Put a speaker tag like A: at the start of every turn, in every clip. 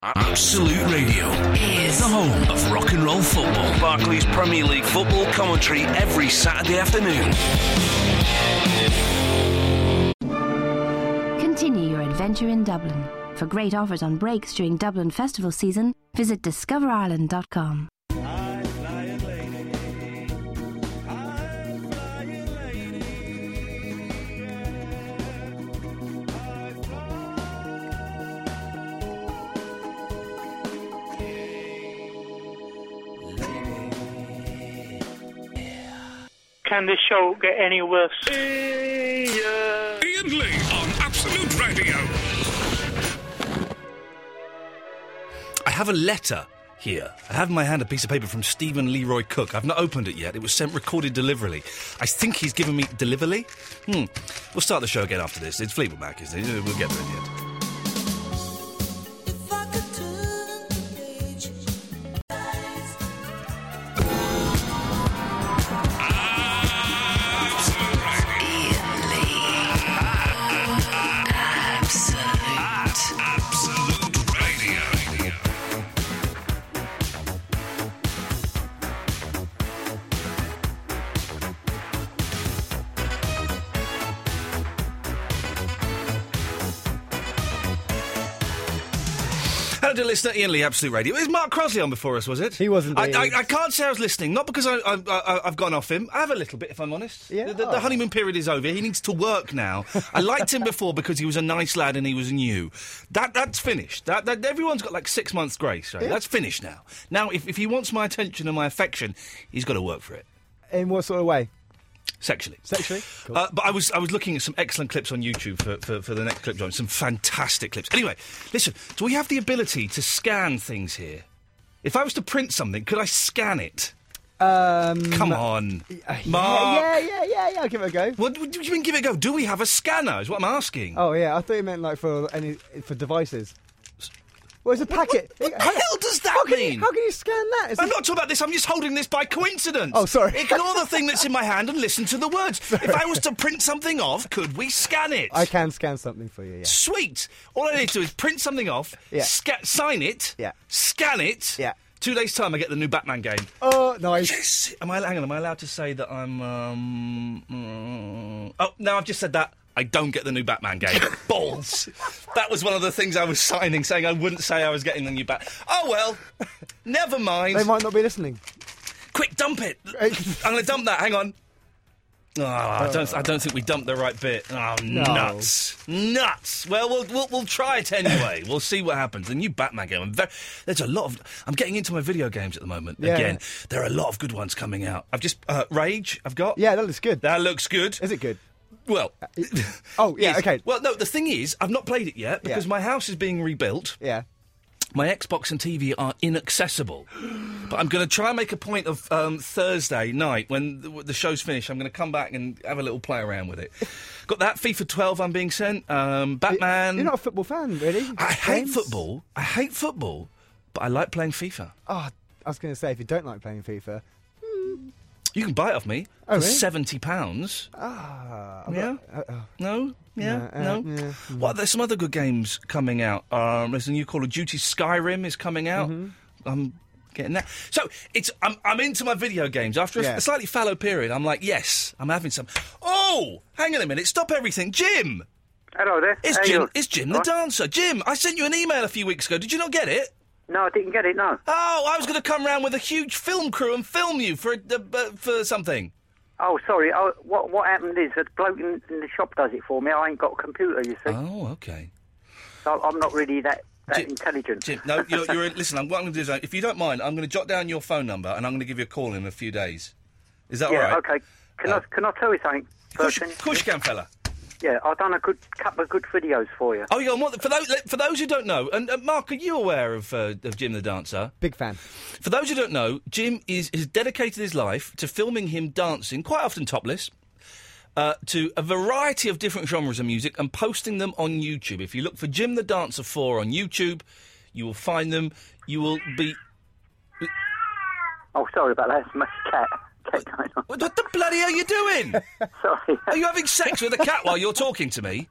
A: Absolute Radio,
B: is
A: the home of rock and roll football. Barclays Premier League football commentary every Saturday afternoon.
C: Continue your adventure in Dublin. For great offers on breaks during Dublin festival season, visit discoverireland.com.
D: Can this show get any worse?
E: Ian Lee on Absolute Radio.
A: I have a letter here. I have in my hand a piece of paper from Stephen Leroy Cook. I've not opened it yet. It was sent recorded deliverily. I think he's given me deliverly. Hmm. We'll start the show again after this. It's Fleetwood Mac, isn't it? We'll get there in the end.
B: Ian Lee. Absolute.
E: Absolute Radio.
A: Hello, dear listener. Ian Lee, Absolute Radio. It was Mark Crosley on before us, was it?
F: He was
A: I,
F: indeed.
A: I, I can't say I was listening, not because I, I, I, I've gone off him. I have a little bit, if I'm honest.
F: Yeah. oh.
A: The, the- the honeymoon period is over. He needs to work now. I liked him before because he was a nice lad and he was new. That that's finished. That, that everyone's got like six months grace. Right? That's finished now. Now, if, if he wants my attention and my affection, he's got to work for it
F: In what sort of way?
A: sexually.
F: Sexually? Cool.
A: Uh, but I was I was looking at some excellent clips on YouTube for, for, for the next clip, John. Some fantastic clips. Anyway, listen. Do we have the ability to scan things here? If I was to print something, could I scan it?
F: um, uh,
A: Come on,
F: yeah,
A: Mark.
F: Yeah, yeah, yeah, yeah. I'll give it a go.
A: What, what do you mean? Give it a go. Do we have a scanner? Is what I'm asking.
F: Oh yeah, I thought you meant like for any for devices. Well, it's a packet.
A: What the hell does that
F: how can
A: mean?
F: You, how can you scan that? It's
A: I'm
F: a-
A: not talking about this. I'm just holding this by coincidence.
F: Oh, sorry.
A: Ignore the thing that's in my hand and listen to the words. If I was to print something off, could we scan it?
F: I can scan something for you. Yeah.
A: Sweet. All I need to do is print something off,
F: Yeah.
A: sca- sign it,
F: Yeah.
A: scan it.
F: Yeah.
A: Two days' time, I get the new Batman game.
F: Oh, nice.
A: Yes. Am I? Hang on. Am I allowed to say that I'm? Um, mm, oh no, I've just said that. I don't get the new Batman game. Balls. That was one of the things I was signing, saying I wouldn't say I was getting the new Bat. Oh well, never mind.
F: They might not be listening.
A: Quick, dump it. I'm going to dump that. Hang on. Oh, I don't. I don't think we dumped the right bit. Oh, nuts, nuts. Well, we'll we'll, we'll try it anyway. we'll see what happens. The new Batman game. I'm very, there's a lot of. I'm getting into my video games at the moment.
F: Yeah.
A: Again, there are a lot of good ones coming out. I've just uh, Rage. I've got.
F: Yeah, that looks good.
A: That looks good.
F: Is it good?
A: Well.
F: Oh, yeah,
A: yes.
F: okay.
A: Well, no. The thing is, I've not played it yet because my house is being rebuilt.
F: Yeah.
A: My Xbox and TV are inaccessible. But I'm going to try and make a point of um, Thursday night when the, the show's finished. I'm going to come back and have a little play around with it. Got that FIFA 12 I'm being sent. Um, Batman.
F: You're not a football fan, really.
A: I hate
F: James?
A: football. I hate football, but I like playing FIFA.
F: Oh, I was going to say, if you don't like playing FIFA,
A: You can buy it off me
F: Oh,
A: for
F: really?
A: seventy pounds.
F: ah, I'm
A: Yeah.
F: not- uh, uh,
A: No. Yeah.
F: Yeah,
A: No.
F: uh, yeah,
A: Well, there's some other good games coming out. Um, there's a new Call of Duty Skyrim is coming out. I'm getting that. So it's I'm, I'm into my video games. After a,
F: Yeah.
A: a slightly fallow period, I'm like, yes, I'm having some. Oh, hang on a minute, stop everything, Jim.
G: Hello there.
A: It's
G: How
A: Jim.
G: you?
A: It's Jim the
G: Right.
A: dancer. Jim, I sent you an email a few weeks ago. Did you not get it?
G: No, I didn't get it. No.
A: Oh, I was going to come round with a huge film crew and film you for a, uh, for something.
G: Oh, sorry. Oh, what what happened is that bloke in, in the shop does it for me. I ain't got a computer, you see.
A: Oh, okay.
G: So I'm not really that that
A: Jim-
G: intelligent.
A: Jim, no, you're, you're listen. I'm, what I'm going to do is, uh, if you don't mind, I'm going to jot down your phone number and I'm going to give you a call in a few days. Is that
G: yeah.
A: all right?
G: Okay. Can
A: Uh,
G: I can I tell you something?
A: Of course, you-
G: Bertrand?
A: of course you can, fella.
G: Yeah, I've done a good couple of good videos for you.
A: Oh, yeah. and What, for those for those who don't know, and uh, Mark, are you aware of uh, of Jim the dancer?
F: big fan.
A: For those who don't know, Jim is has dedicated his life to filming him dancing, quite often topless, uh, to a variety of different genres of music and posting them on YouTube. If you look for Jim the Dancer 4 on YouTube, you will find them. You will be.
G: Oh, sorry about that. It's my cat. Cat going on.
A: What, what the bloody are you doing?
G: Sorry.
A: Are you having sex with a cat while you're talking to me?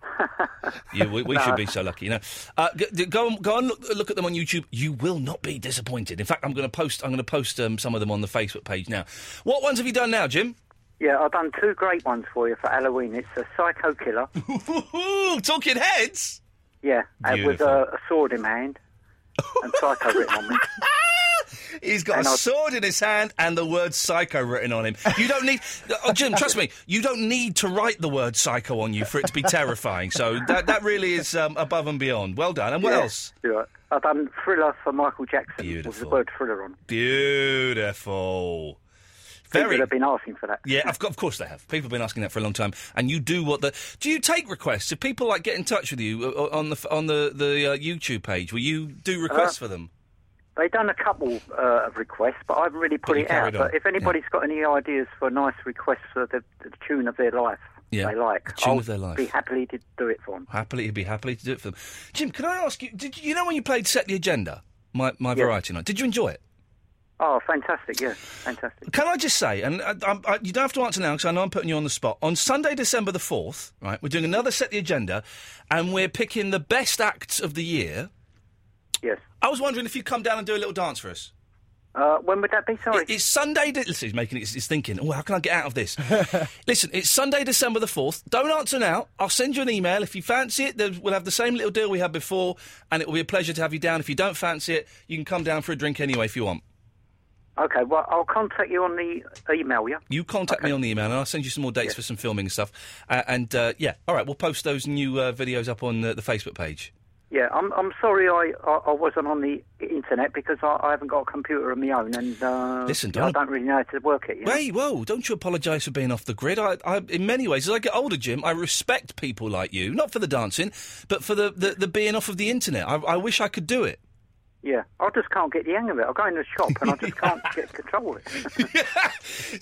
A: Yeah, we, we should be so lucky. You know, uh, g- d- go and, go and look, look at them on YouTube. You will not be disappointed. In fact, I'm going to post. I'm going to post um, some of them on the Facebook page now. What ones have you done now, Jim?
G: Yeah, I've done two great ones for you for Halloween. It's a psycho killer.
A: Talking heads.
G: Yeah, and with
A: Beautiful.
G: a, a sword in hand and psycho written on me.
A: He's got
G: And
A: a
G: I'll-
A: sword in his hand and the word psycho written on him. You don't need, oh, Jim. Trust me, you don't need to write the word psycho on you for it to be terrifying. So that that really is um, above and beyond. Well done. And what
G: Yeah,
A: else?
G: you're right. I've done Thriller for Michael Jackson with the
A: Beautiful.
G: word Thriller on.
A: Beautiful.
G: People
A: Very.
G: have been asking for that.
A: Yeah, of, co- of course they have. People have been asking that for a long time, and you do what the. Do you take requests? Do people like get in touch with you uh, on the f- on the the uh, YouTube page? Will you do requests
G: Uh,
A: for them?
G: They've done a couple uh, of requests, but I haven't really put
A: But you
G: it out.
A: carried on.
G: But if anybody's got any ideas for nice requests for the, the tune of their life
A: Yeah,
G: they like,
A: the tune
G: I'll
A: of their life.
G: be happily to do it for them.
A: Happily, he'd be happily to do it for them. Jim, can I ask you? Did you you know when you played Set the Agenda, my my
G: Yeah.
A: variety night? Did you enjoy it?
G: Oh, fantastic, yeah, fantastic.
A: Can I just say, and I, I, I, you don't have to answer now because I know I'm putting you on the spot. On Sunday, December the fourth, right, we're doing another Set the Agenda, and we're picking the best acts of the year.
G: Yes.
A: I was wondering if you'd come down and do a little dance for us.
G: Uh, when would that be? Sorry.
A: It's Sunday. De- listen, he's making it. He's thinking. Oh, how can I get out of this? listen, it's Sunday, December the fourth. Don't answer now. I'll send you an email if you fancy it. there- We'll have the same little deal we had before, and it will be a pleasure to have you down. If you don't fancy it, you can come down for a drink anyway if you want.
G: Okay, well, I'll contact you on the email, yeah?
A: You contact me on the email, and I'll send you some more dates for some filming and stuff. Uh, and uh, yeah, all right, we'll post those new uh, videos up on the, the Facebook page.
G: Yeah, I'm, I'm sorry I, I, I wasn't on the internet because I, I haven't got a computer of my own and uh,
A: Listen,
G: I
A: don't-
G: don't really know how to work it. You know?
A: Hey, whoa! Don't you apologise for being off the grid. I, I, in many ways, as I get older, Jim, I respect people like you, not for the dancing, but for the, the, the being off of the internet. I, I wish I could do it.
G: Yeah, I just can't get the hang of it. I go in the shop and I just can't get control of it.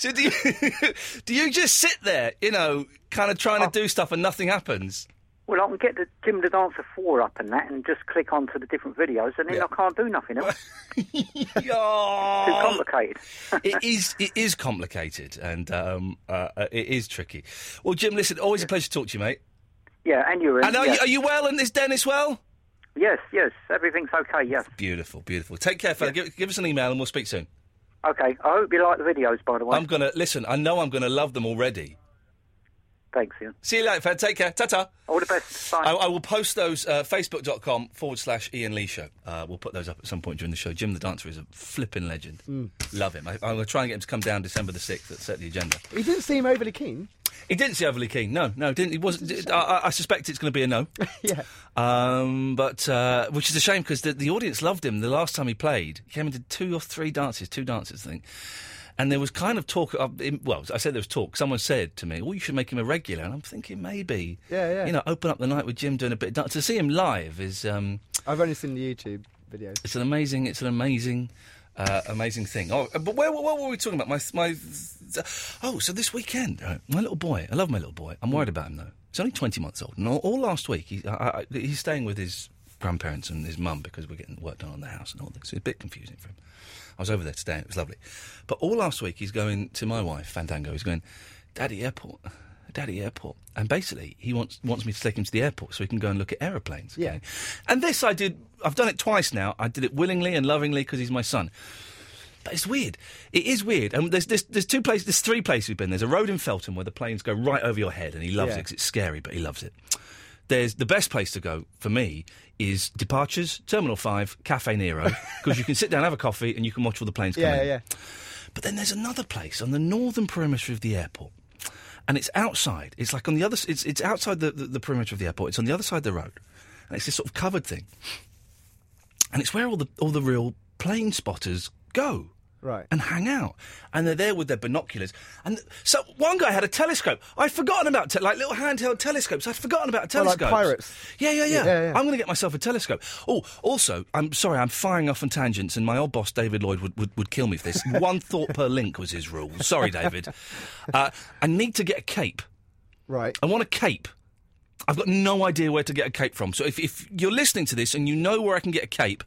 A: So do you, do you just sit there, you know, kind of trying
G: Oh.
A: to do stuff and nothing happens?
G: Well, I can get the Jim the Dancer 4 up and that and just click onto the different videos and then
A: Yeah.
G: I can't do nothing else. Too
A: Oh,
G: complicated.
A: it is it is complicated and um, uh, uh, it is tricky. Well, Jim, listen, always a pleasure to talk to you, mate.
G: Yeah, and you're in.
A: And are,
G: yeah.
A: you, are you well? And is Dennis well?
G: Yes, yes, everything's okay, yes.
A: Beautiful, beautiful. Take care, fella. Give, give us an email and we'll speak soon.
G: Okay, I hope you like the videos, by the way.
A: I'm gonna listen. I know I'm gonna love them already.
G: Thanks, Ian.
A: See you later, fella. Take care. Ta ta.
G: All the best. Bye.
A: I, I will post those uh, facebook.com forward slash Ian Lee show. Uh, we'll put those up at some point during the show. Jim the Dancer is a flipping legend. Love him. I, I'm going to try and get him to come down December the 6th. That's set the agenda.
F: He didn't seem overly keen.
A: He didn't say overly keen. No, no, didn't. He wasn't. I, I- I suspect it's going to be a no.
F: Yeah.
A: Um, but uh, which is a shame because the, the audience loved him the last time he played. He came into two or three dances, two dances, I think. And there was kind of talk. Of, in- well, I said there was talk. Someone said to me, "Well, you should make him a regular." And I'm thinking maybe,
F: Yeah, yeah.
A: you know, open up the night with Jim doing a bit of dance. To see him live is um,
F: I've only seen the YouTube videos.
A: it's an amazing, it's an amazing, uh, amazing thing. Oh, but where, where were we talking about? My, my, oh, so this weekend, right, my little boy. I love my little boy. I'm worried about him though. He's only 20 months old, and all, all last week he, I, I, he's staying with his grandparents and his mum because we're getting work done on the house and all this. It's a bit confusing for him. I was over there today. and It was lovely, but all last week he's going to my wife Fandango. He's going, Daddy Airport. Daddy Airport, and basically he wants wants me to take him to the airport so he can go and look at aeroplanes. okay?
F: Yeah.
A: and this I did. I've done it twice now. I did it willingly and lovingly because he's my son. But it's weird. It is weird. And there's, there's there's two places. There's three places we've been. There's a road in Felton where the planes go right over your head, and he loves it 'cause
F: Yeah.
A: it because it's scary, but he loves it. There's the best place to go for me is departures, Terminal Five, Cafe Nero, because you can sit down, have a coffee, and you can watch all the planes come
F: Yeah,
A: in.
F: yeah.
A: But then there's another place on the northern perimeter of the airport, and it's outside. It's like on the other. s- It's it's outside the, the, the perimeter of the airport. It's on the other side of the road, and it's this sort of covered thing. And it's where all the all the real plane spotters go
F: Right.
A: and hang out, and they're there with their binoculars. And so one guy had a telescope. I'd forgotten about te- like little handheld telescopes. I'd forgotten about
F: Oh, like
A: telescopes.
F: pirates.
A: Yeah, yeah, yeah.
F: Yeah, yeah.
A: I'm going to get myself a telescope. Oh, also, I'm sorry, I'm firing off on tangents, and my old boss, David Lloyd, would, would, would kill me for this. One thought per link was his rule. Sorry, David. Uh, I need to get a cape.
F: Right.
A: I want a cape. I've got no idea where to get a cape from. So if, if you're listening to this and you know where I can get a cape,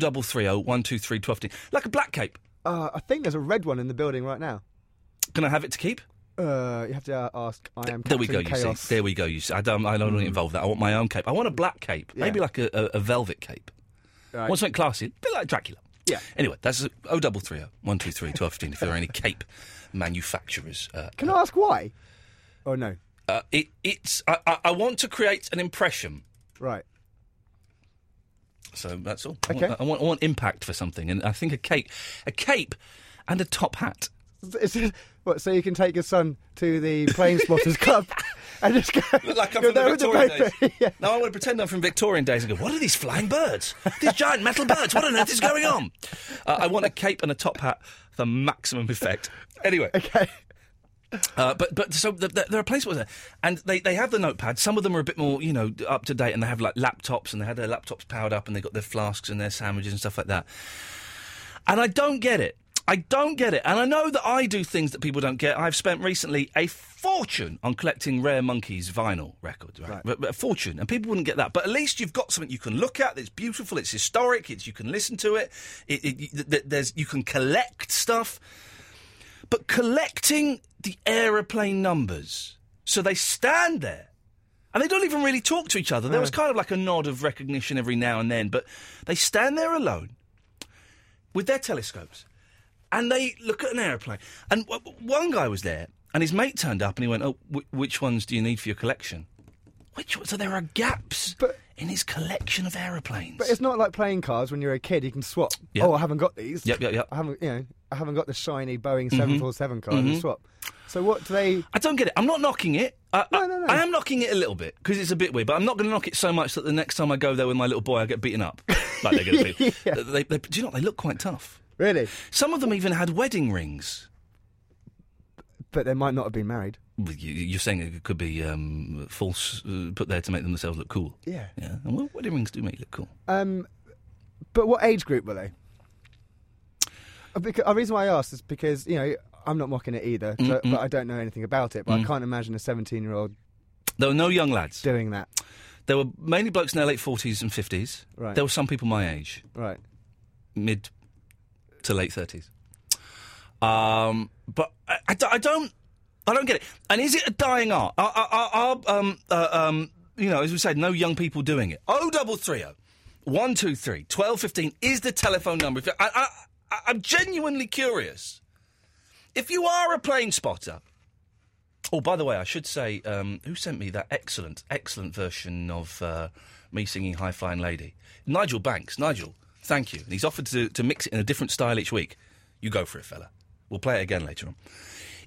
A: 0330 123 12, like a black cape.
F: Uh, I think there's a red one in the building right now.
A: Can I have it to keep?
F: Uh, you have to uh, ask. I am.
A: There we go.
F: Captain
A: You
F: Chaos. Hmm.
A: see. There we go. You see. I don't. I don't want to involve that. I want my own cape. I want a black cape. Maybe like a, a, a velvet cape.
F: Right.
A: What's something classy? A bit like Dracula.
F: Yeah.
A: Anyway, that's O double three O one two three twelve fifteen. If there are any cape manufacturers, uh,
F: Can I ask why? Oh no.
A: uh, it, it's. I, I, I want to create an impression.
F: Right.
A: So that's all. I,
F: Okay.
A: want, I want. I want impact for something, and I think a cape, a cape, and a top hat.
F: Is it- what, so you can take your son to the Plane Spotters Club and just go.
A: Look like I'm
F: go
A: from the
F: there with
A: Victorian
F: paper.
A: days.
F: yeah.
A: Now I want to pretend I'm from Victorian days and go, what are these flying birds? These giant metal birds. What on earth is going on? Uh, I want a cape and a top hat for maximum effect. Anyway,
F: Okay.
A: uh, but but so th th there are places where, and they, they have the notepad. Some of them are a bit more you know up to date, and they have like laptops, and they had their laptops powered up, and they got their flasks and their sandwiches and stuff like that. And I don't get it. I don't get it. And I know that I do things that people don't get. I've spent recently a fortune on collecting Rare Monkeys vinyl records, right? But, but a fortune. And people wouldn't get that. But at least you've got something you can look at that's beautiful, it's historic, it's, you can listen to it, it, it th- th- there's, you can collect stuff. But collecting the aeroplane numbers, so they stand there. And they don't even really talk to each other. There was kind of like a nod of recognition every now and then, but they stand there alone with their telescopes and they look at an aeroplane. And w- w- one guy was there, and his mate turned up and he went, Oh, wh- which ones do you need for your collection? Which one? So there are gaps
F: But-
A: in his collection of aeroplanes.
F: But it's not like playing cards when you're a kid. You can swap.
A: Yeah.
F: Oh, I haven't got these.
A: Yep, yep, yep. Mm-hmm.
F: I haven't. You know, I haven't got the shiny Boeing seven four seven card. and swap. So what do they?
A: I don't get it. I'm not knocking it. I, I-
F: No, no, no.
A: I am knocking it a little bit because it's a bit weird, but I'm not going to knock it so much that the next time I go there with my little boy, I get beaten up. Like they're going to be.
F: Yeah.
A: they, they, do you know what? They look quite tough.
F: Really?
A: Some of them even had wedding rings.
F: But they might not have been married.
A: Well, you- You're saying it could be um, false, uh, put there to make themselves look cool.
F: Yeah.
A: Yeah. And well, wedding rings do make you look cool.
F: Um, but what age group were they? Uh, Because, the reason why I asked is because you know I'm not mocking it either, but, but I don't know anything about it. But
A: Mm.
F: I can't imagine a 17 year old
A: There were no young lads.
F: doing that.
A: There were mainly blokes in their late forties and fifties.
F: Right.
A: There were some people my age,
F: Right.
A: mid to late thirties. Um, but I, I do- I don't, I don't get it. And is it a dying art? Are, are, are, are, um, uh, um, you know, as we said, no young people doing it. O double three O, one two three twelve fifteen is the telephone number. If you- I, I, I, I'm genuinely curious. If you are a plane spotter, Oh, by the way, I should say, um, who sent me that excellent, excellent version of uh, me singing High Flying Lady? Nigel Banks. Nigel, thank you. And he's offered to, to mix it in a different style each week. You go for it, fella. We'll play it again later on.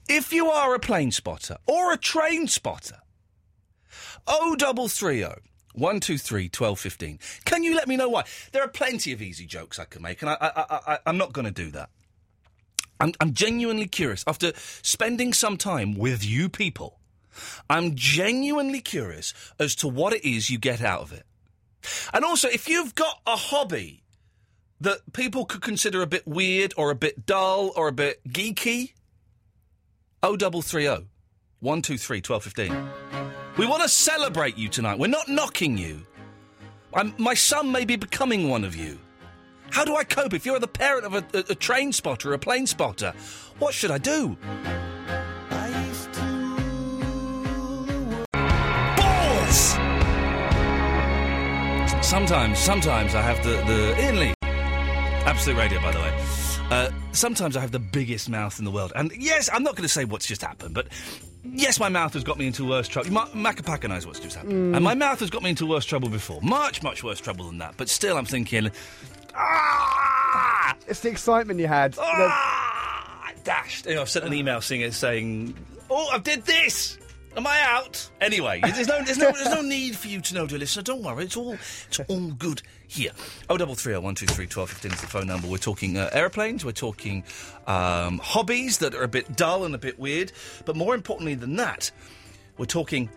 A: If you are a plane spotter or a train spotter, 0330 123 1215. Can you let me know why? There are plenty of easy jokes I can make, and I, I, I, I, I'm not going to do that. I'm, I'm genuinely curious. After spending some time with you people, I'm genuinely curious as to what it is you get out of it. And also, if you've got a hobby that people could consider a bit weird or a bit dull or a bit geeky, 0330 123 1215. We want to celebrate you tonight. We're not knocking you. I'm, my son may be becoming one of you. How do I cope if you're the parent of a, a, a train spotter or a plane spotter? What should I do? Balls! Sometimes, sometimes I have the, the Ian Lee. Absolute radio, by the way. Uh, sometimes I have the biggest mouth in the world. And yes, I'm not going to say what's just happened, but yes, my mouth has got me into worse trouble. Ma- Macapaca knows what's just happened. And my mouth has got me into worse trouble before. Much, much worse trouble than that. But still, I'm thinking, ah!
F: It's the excitement you had.
A: Ah! Dashed. Anyway, I've sent an email saying it saying, "Oh, I did this. Am I out?" Anyway, there's no, there's no, there's no need for you to know, dear listener. Don't worry. It's all, it's all good here. Oh, double three, oh, one, two, three, twelve, fifteen is the phone number. We're talking uh, airplanes. We're talking um, hobbies that are a bit dull and a bit weird. But more importantly than that, we're talking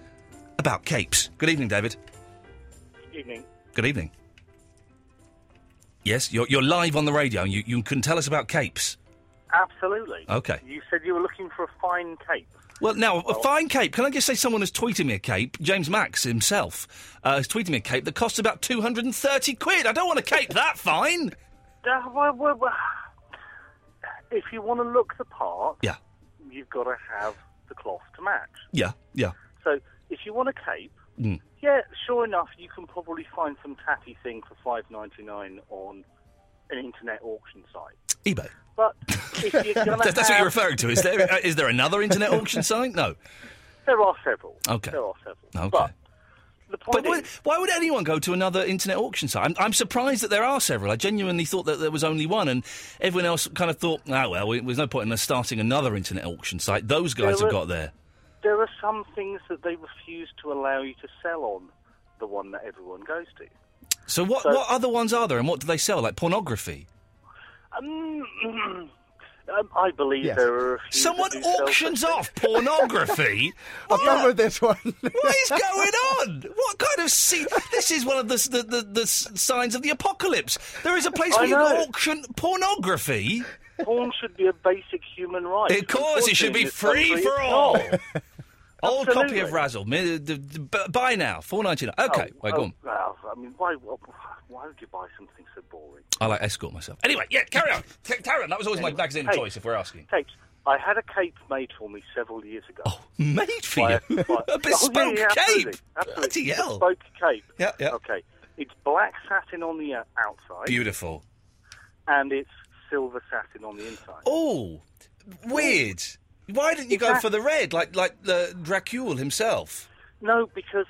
A: about capes. Good evening, David.
D: Evening.
A: Good evening. Yes, you're, you're live on the radio. and You, you can tell us about capes.
D: Absolutely.
A: Okay.
D: You said you were looking for a fine cape.
A: Well, now, a fine cape. Can I just say someone has tweeted me a cape? James Max himself uh, has tweeted me a cape that costs about 230 quid. I don't want a cape that fine.
D: Uh, well, well, well, if you want to look the part,
A: Yeah.
D: you've got to have the cloth to match.
A: Yeah, yeah.
D: So if you want a cape,
A: Mm.
D: yeah, sure enough, you can probably find some tatty thing for five ninety nine on an internet auction site.
A: eBay.
D: But if you're gonna
A: That- that's what you're
D: have-
A: referring to. Is there, uh, is there another internet auction site? No.
D: There are several.
A: Okay.
D: There are several.
A: Okay.
D: But the point
A: But why,
D: is,
A: why would anyone go to another internet auction site? I'm, I'm surprised that there are several. I genuinely thought that there was only one, and everyone else kind of thought, ah, well, we- there's no point in us starting another internet auction site. Those guys
D: There
A: have
D: were-
A: got there.
D: there are some things that they refuse to allow you to sell on the one that everyone goes to.
A: So what,
D: So-
A: what other ones are there, and what do they sell? Like pornography?
D: Um, um, I believe
F: Yes.
D: there are a few.
A: Someone
D: that do sell
A: auctions
D: such
A: off pornography?
F: I've done with this one.
A: What is going on? What kind of se- This is one of the, s- the, the, the s- signs of the apocalypse. There is a place
D: I
A: where you
D: know.
A: auction pornography.
D: things. Porn should be a basic human right.
A: Of course, it should
D: Unfortunately,
A: be
D: in this country,
A: free for
D: Oh, it's
A: all.
D: not. Oh,
A: Old copy
D: Absolutely.
A: of Razzle. Mi- d- d- b- Buy now, four ninety nine.
D: Oh,
A: Okay, wait, go
D: oh,
A: on.
D: well, I mean, why, why would you buy something so boring?
A: I like escort myself. Anyway, yeah, carry on. C- carry on. That was always my magazine of
D: Hey.
A: choice, if we're asking. Oh,
D: Tapes. I had a cape made for me several years ago.
A: Made for
D: By-
A: you,
D: by- Oh, yeah,
A: a bespoke
D: yeah,
A: cape.
D: Absolutely, absolutely.
A: Bloody hell!
D: Bespoke cape.
A: Yeah, yeah.
D: Okay. It's black satin on the uh, outside,
A: Beautiful.
D: and it's silver satin on the inside.
A: Oh, weird. Why didn't you go
D: Exact-
A: for the red, like like uh, Dracul himself?
D: No, because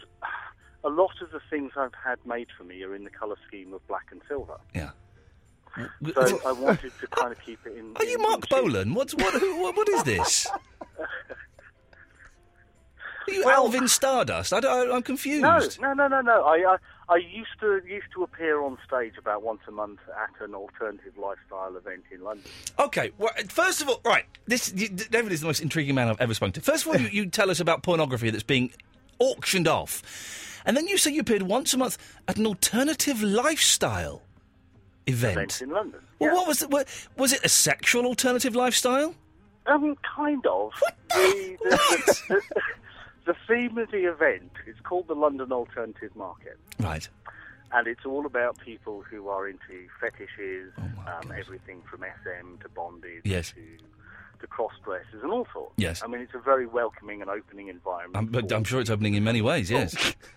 D: a lot of the things I've had made for me are in the colour scheme of black and silver.
A: Yeah.
D: So I wanted to kind of keep it in.
A: Are you
D: in-
A: Mark
D: in shape.
A: Bolan? What's what? Who, what, what is this? Are you
D: Well-
A: Alvin Stardust? I don't, I, am confused.
D: No, no, no, no, no. I, I I used to used to appear on stage about once a month at an alternative lifestyle event in London.
A: Okay. Well, first of all, right. This you, D- David is the most intriguing man I've ever spoken to. First of all, you, you tell us about pornography that's being auctioned off, and then you say you appeared once a month at an alternative lifestyle event.
D: Event in London.
A: Well,
D: yeah.
A: what was the, wa- was it a sexual alternative lifestyle?
D: Um, kind of. The, the, the, the theme of the event is called the London Alternative Market.
A: Right.
D: and it's all about people who are into fetishes,
A: Oh my
D: um,
A: God.
D: everything from SM to bondage
A: Yes.
D: to to cross dresses and all sorts.
A: Yes.
D: I mean it's a very welcoming and opening environment.
A: I'm, but
D: for-
A: I'm sure it's opening in many ways. Yes.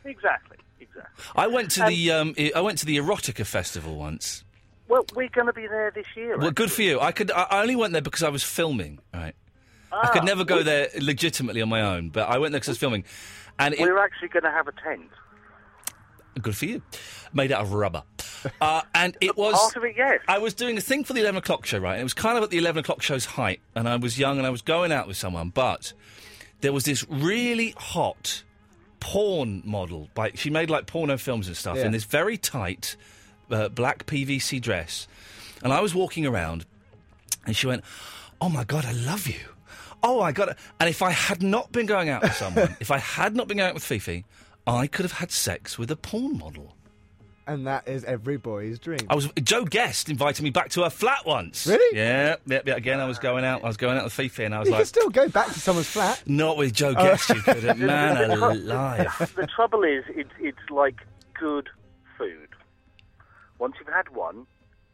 D: Exactly, exactly.
A: I went to the um, I I went to the erotica festival once.
D: Well, we're going to be there this year. eh?
A: Well, good for you. I could. I I only went there because I was filming. Right. I
D: Ah. Oh.
A: could never go there legitimately on my own, but I went there because I was filming, and it,
D: We're actually going to have a tent.
A: Good for you. Made out of rubber. Uh, and it was.
D: Part of it, yes.
A: I was doing a thing for the 11 o'clock show, right? It was kind of at the 11 o'clock show's height, and I was young and I was going out with someone, but there was this really hot porn model. Like, she made like porno films and stuff
F: Yeah.
A: in this very tight uh, black PVC dress. And I was walking around, and she went, Oh my God, I love you. Oh, I got it. And if I had not been going out with someone, if I had not been going out with Fifi, I could have had sex with a porn model.
F: And that is every boy's dream.
A: I was Joe Guest invited me back to her flat once.
F: Really?
A: Yeah, yeah, yeah. Again, I was going out. I was going out with Fifi, and I was
F: you
A: like,
F: can still go back to someone's flat.
A: "Not with Joe Guest, you couldn't." Man alive.
D: The trouble is, it's it's like good food. Once you've had one,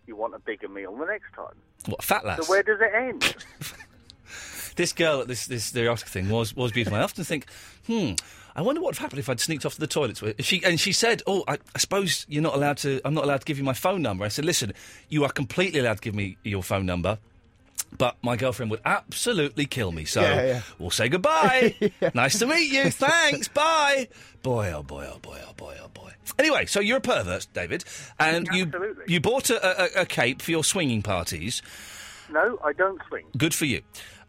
D: you want a bigger meal the next time.
A: What fat
D: So
A: lass?
D: where does it end?
A: This girl at this this the erotic thing was was beautiful. I often think, hmm. I wonder what would have happened if I'd sneaked off to the toilets. with- She and she said, "Oh, I, I suppose you're not allowed to. I'm not allowed to give you my phone number." I said, "Listen, you are completely allowed to give me your phone number, but my girlfriend would absolutely kill me. So
F: Yeah, yeah.
A: we'll say goodbye. Nice to meet you. Thanks. Bye. Boy, oh boy, oh boy, oh boy, oh boy. Anyway, so you're a pervert, David, and
D: Absolutely.
A: you you bought a, a, a cape for your swinging parties.
D: No, I don't swing.
A: Good for you.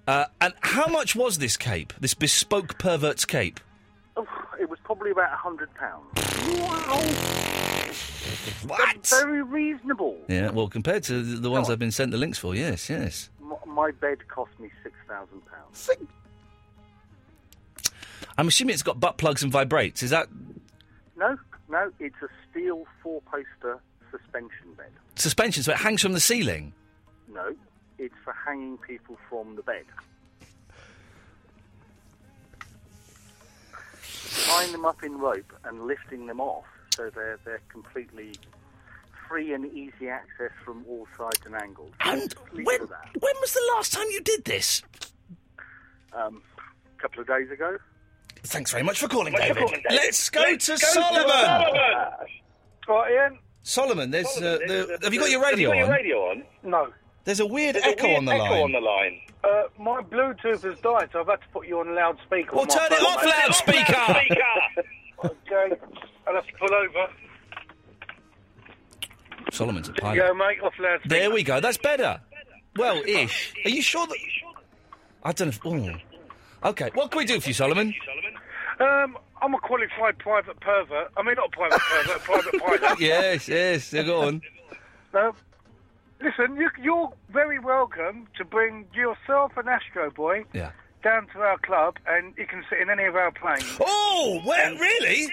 A: Uh, and how much was this cape? This bespoke pervert's cape?
D: Oh, it was probably about a hundred pounds.
A: What?
D: Very reasonable.
A: Yeah, well, compared to the, the ones I've been sent the links for, yes, yes.
D: M- my bed cost me six thousand pounds.
A: I'm assuming it's got butt plugs and vibrates. Is that
D: No, no, it's a steel four-poster suspension bed.
A: suspension? So it hangs from the ceiling.
D: No, it's for hanging people from the bed. tying them up in rope and lifting them off so they're, they're completely free and easy access from all sides and angles.
A: And
D: Please
A: when
D: for that.
A: when was the last time you did this?
D: Um, a couple of days ago.
A: Thanks very much for calling, David. Let's go to Solomon.
H: Right, Ian.
A: Solomon, there's,
H: Solomon,
A: uh,
H: there's-
A: the,
H: there's-
A: have you got your
H: there's-
A: radio
H: have you got
A: on?
H: your radio on? No.
A: There's a weird
H: There's a
A: echo
H: weird
A: on the
H: echo
A: line.
H: on the line. Uh, my Bluetooth has died, so I've had to put you on loudspeaker.
A: Well,
H: on my
A: turn it
H: phone.
A: off, loudspeaker.
H: okay, I'll have to pull over.
A: Solomon's a
H: There
A: pilot.
H: you go, mate, off loudspeaker.
A: There we go. That's better. Well, ish. Are you sure that? I don't know. If, oh. Okay. What can we do for you, Solomon?
H: Um, I'm a qualified private pervert. I mean, not a private pervert, a private pilot.
A: yes, yes. yeah, Go on.
H: No. Listen, you, you're very welcome to bring yourself and Astro Boy
A: Yeah.
H: down to our club, and you can sit in any of our planes
A: Oh, well, really?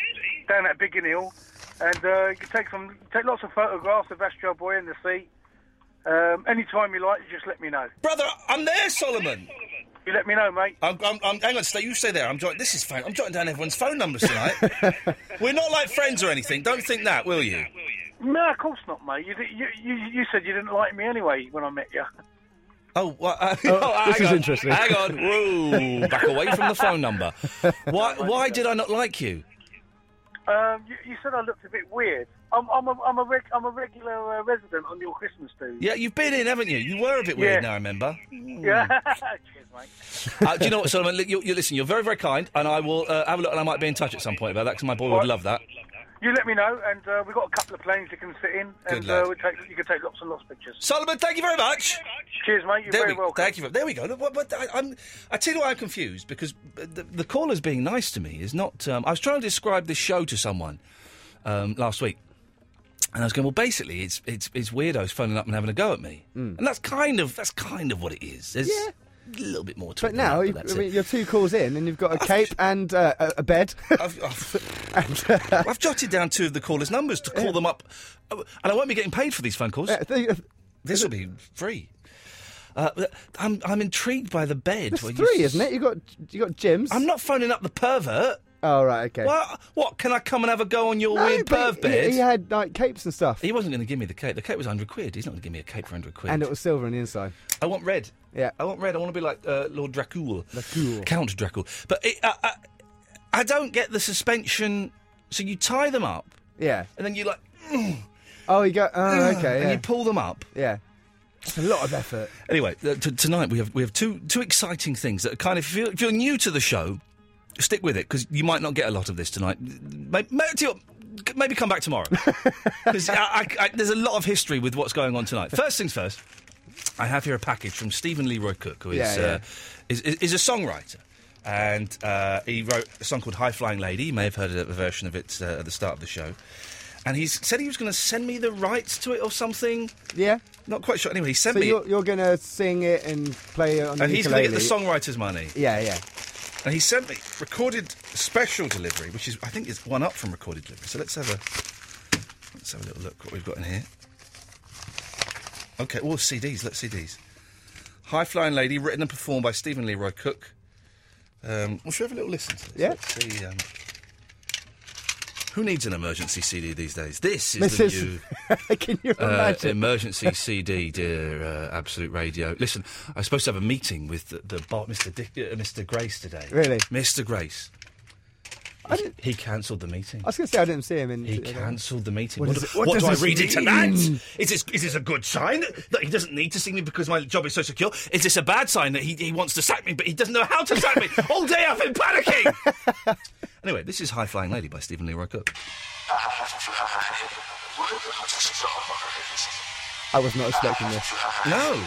H: down at Biggin Hill, and uh, you can take some, take lots of photographs of Astro Boy in the sea. Um, anytime you like, you just let me know.
A: Brother, I'm there, Solomon.
H: You let me know, mate.
A: I'm, I'm, I'm, hang on, stay. You stay there. I'm jotting. This is fine. I'm jotting down everyone's phone numbers tonight. We're not like friends or anything. Don't think that, will you?
H: No, of course not, mate. You, di- you, you, you said you didn't like me anyway when I met you.
A: Oh, what, uh, oh, hang
F: this is
A: on,
F: interesting.
A: Hang on. Whoa, back away from the phone number. Why? Why did I not like you?
H: Um, you, you said I looked a bit weird. I'm, I'm, a, I'm, a, reg, I'm a regular uh, resident on your Christmas do.
A: Yeah, you've been in, haven't you? You were a bit weird
H: Yeah.
A: now, I remember.
H: Yeah.
A: Hmm.
H: Cheers, mate.
A: Uh, do you know what, Solomon? Look, You, you, listen, you're very, very kind, and I will uh, have a look, and I might be in touch at some point about that because my boy would
H: Right.
A: love that.
H: You let me know, and uh, we've got a couple of planes you can sit in,
A: Good
H: and
A: lad.
H: uh, we take, you can take lots and lots of pictures.
A: Solomon, thank you very much.
H: Cheers, mate. You're
A: There
H: very
A: we,
H: welcome.
A: Thank you. For, there we go. Look, what- what- I, I'm, I tell you why I'm confused because the, the caller's being nice to me is not. Um, I was trying to describe this show to someone um, last week, and I was going, "Well, basically, it's it's it's weirdos phoning up and having a go at me, and that's kind of that's kind of what it is. There's
F: Hmm. Yeah.
A: a little bit more to it.
F: But
A: than that,
F: now you,
A: that's
F: I
A: it.
F: mean, you're two calls in, and you've got a cape and uh, a, a bed.
A: I've, I've,
F: uh,
A: I've jotted down two of the callers' numbers to call them up, Oh, and I won't be getting paid for these phone calls.
F: There's
A: this will be free. Uh, but I'm, I'm intrigued by the bed. where you
F: three,
A: s-
F: isn't it? You got you got Jim's.
A: I'm not phoning up the pervert.
F: Oh right, okay.
A: What? What? Can I come and have a go on your
F: No,
A: weird
F: but
A: perv
F: he-
A: bed?
F: He, had like capes and stuff,
A: He wasn't going to give me the cape. The cape was 100 quid. He's not going to give me a cape for 100 quid.
F: and it was silver on the inside.
A: I want red.
F: Yeah.
A: I want red. I want to be like uh, Lord Dracul.
F: Dracul.
A: Count Dracul. But it, I, I, I don't get the suspension. So you tie them up,
F: Yeah.
A: and then you like,
F: Oh, you go. Oh, okay.
A: and
F: Yeah.
A: you pull them up.
F: yeah. It's a lot of effort.
A: Anyway, uh, t- tonight we have we have two two exciting things that are kind of if you're, if you're new to the show, stick with it because you might not get a lot of this tonight. Maybe, maybe come back tomorrow because there's a lot of history with what's going on tonight. First things first, I have here a package from Stephen Leroy Cook, who is
F: Yeah, yeah.
A: Uh, is, is, is a songwriter. And uh, he wrote a song called High Flying Lady. You may have heard a, a version of it uh, at the start of the show. And he said he was going to send me the rights to it or something.
F: Yeah.
A: Not quite sure. Anyway, he sent
F: So
A: me.
F: you're, you're gonna sing it and play it on the
A: And he's going to get the
F: ukulele.
A: songwriter's money.
F: Yeah, yeah.
A: And he sent me recorded special delivery, which is I think is one up from recorded delivery. So let's have a let's have a little look what we've got in here. Okay, oh, well CDs. Let's CDs. High Flying Lady, written and performed by Stephen Leroy Cook. Um, we should have a little listen to this.
F: Yeah.
A: Let's see. Um, who needs an emergency CD these days? This is
F: This
A: the
F: is.
A: new
F: Can you
A: uh,
F: imagine?
A: emergency CD, dear uh, Absolute Radio. Listen, I was supposed to have a meeting with the, the bo- Mr. Dick, uh, Mr. Grace today.
F: Really?
A: Mr. Grace.
F: I
A: He,
F: didn't-
A: he cancelled the meeting.
F: I was gonna say I didn't see him in.
A: He
F: uh,
A: cancelled the meeting.
F: What
A: What,
F: is
A: do-
F: it- what
A: what do I
F: does this
A: read into that?
F: mean?
A: Is this, is this a good sign that he doesn't need to see me because my job is so secure? Is this a bad sign that he, he wants to sack me but he doesn't know how to sack me? All day I've been panicking! anyway, this is High Flying Lady by Stephen Leroy Cook.
F: I was not expecting this.
A: No.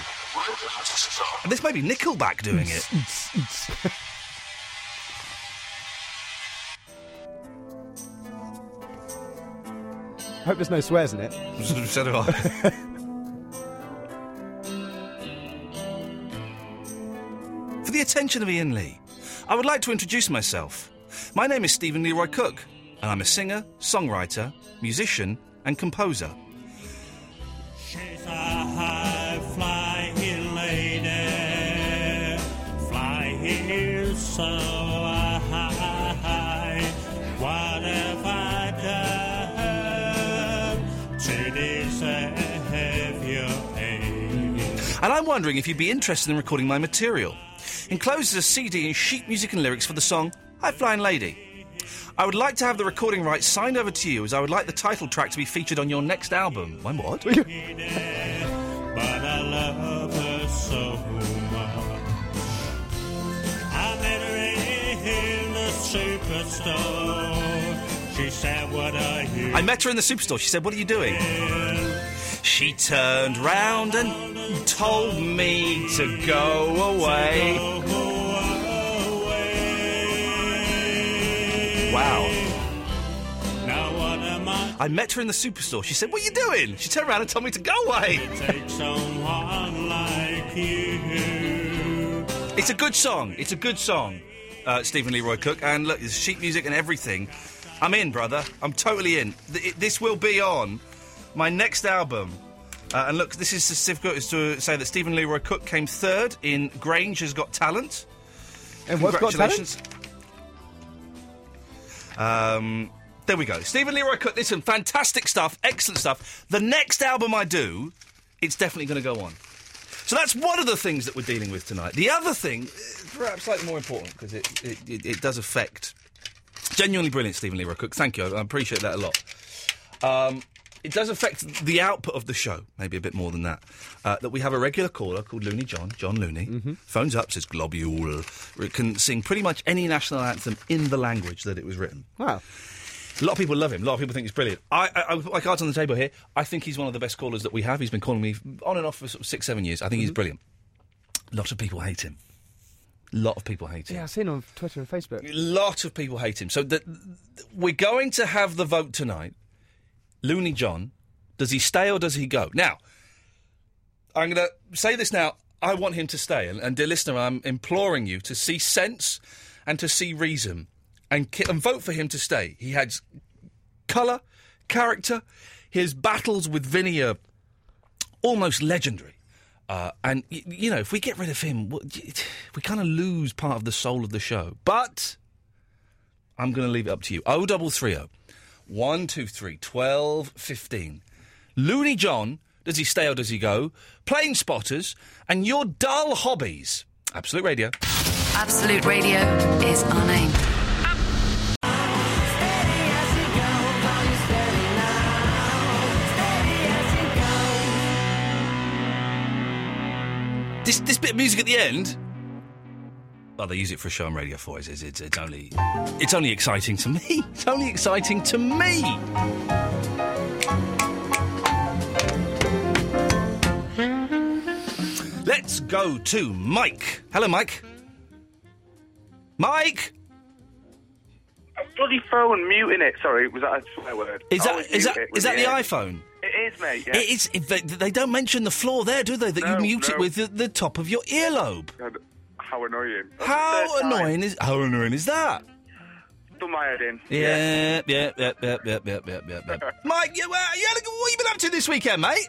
A: And this may be Nickelback doing it.
F: I hope there's no swears in it.
A: so do I. For the attention of Ian Lee, I would like to introduce myself. My name is Stephen Leroy Cook, and I'm a singer, songwriter, musician, and composer.
I: She's a high flying lady, flying so high.
A: and I'm wondering if you'd be interested in recording my material. Enclosed is a CD and sheet music and lyrics for the song High Flying Lady. I would like to have the recording rights signed over to you as I would like the title track to be featured on your next album. When what?
I: But I love her so much. I met her in the superstore. She said, What are you?
A: I met her in the superstore. She said, What are you doing? She turned round and told me to go away. Wow.
I: Now, what am I?
A: I met her in the superstore. She said, What are you doing? She turned around and told me to go away.
I: Take someone like you.
A: It's a good song. It's a good song, uh, Stephen Leroy Cook. And look, there's sheet music and everything. I'm in, brother. I'm totally in. Th- it- this will be on my next album. Uh, and look, this is certificate is to say that Stephen Leroy Cook came third in Grange has Got Talent.
F: And what's Got
A: Congratulations. Um, there we go. Stephen Leroy Cook, listen, fantastic stuff, excellent stuff. The next album I do, it's definitely going to go on. So that's one of the things that we're dealing with tonight. The other thing, eh, perhaps slightly more important, because it, it, it, it does affect. Genuinely brilliant, Stephen Leroy Cook. Thank you. I I appreciate that a lot. Um, it does affect the output of the show, maybe a bit more than that. Uh, that we have a regular caller called Looney John, John Looney, phones up, says globule, it can sing pretty much any national anthem in the language that it was written.
F: Wow.
A: A lot of people love him. A lot of people think he's brilliant. I, I, I put my cards on the table here. I think he's one of the best callers that we have. He's been calling me on and off for sort of six, seven years. I think he's brilliant. A lot of people hate him. A lot of people hate him.
F: Yeah, I've seen on Twitter and Facebook.
A: A lot of people hate him. So the, th- we're going to have the vote tonight. Looney John, does he stay or does he go? Now, I'm going to say this now. I want him to stay. And, and dear listener, I'm imploring you to see sense and to see reason and, ki- and vote for him to stay. He has colour, character. His battles with Vinny are almost legendary. Uh, and, y- you know, if we get rid of him, w- we kind of lose part of the soul of the show. But I'm going to leave it up to you. 0330 123 12 15. Looney John, does he stay or does he go? Plane spotters and your dull hobbies. Absolute Radio.
B: Absolute Radio is our name.
A: This, this bit of music at the end. Well, they use it for a show on Radio 4. It's, it's, it's, it's only, it's only exciting to me. It's only exciting to me. Let's go to Mike. Hello, Mike. Mike!
J: Bloody phone, muting it. Sorry, was that a swear word?
A: Is
J: I
A: that,
J: always
A: is
J: mute
A: that,
J: it
A: is
J: with
A: that the
J: air.
A: iPhone?
J: It is, mate. Yeah.
A: It is, if they, they don't mention the floor there, do they? That you
J: No,
A: mute it
J: no.
A: with the, the top of your earlobe.
J: God, how annoying. That's the
A: How
J: third time.
A: annoying is how annoying is that?
J: Done my head in.
A: Yeah, yeah, yeah, yeah, yeah, yeah, yeah, yeah. yeah. Mike, you, uh, you had a, what have you been up to this weekend, mate?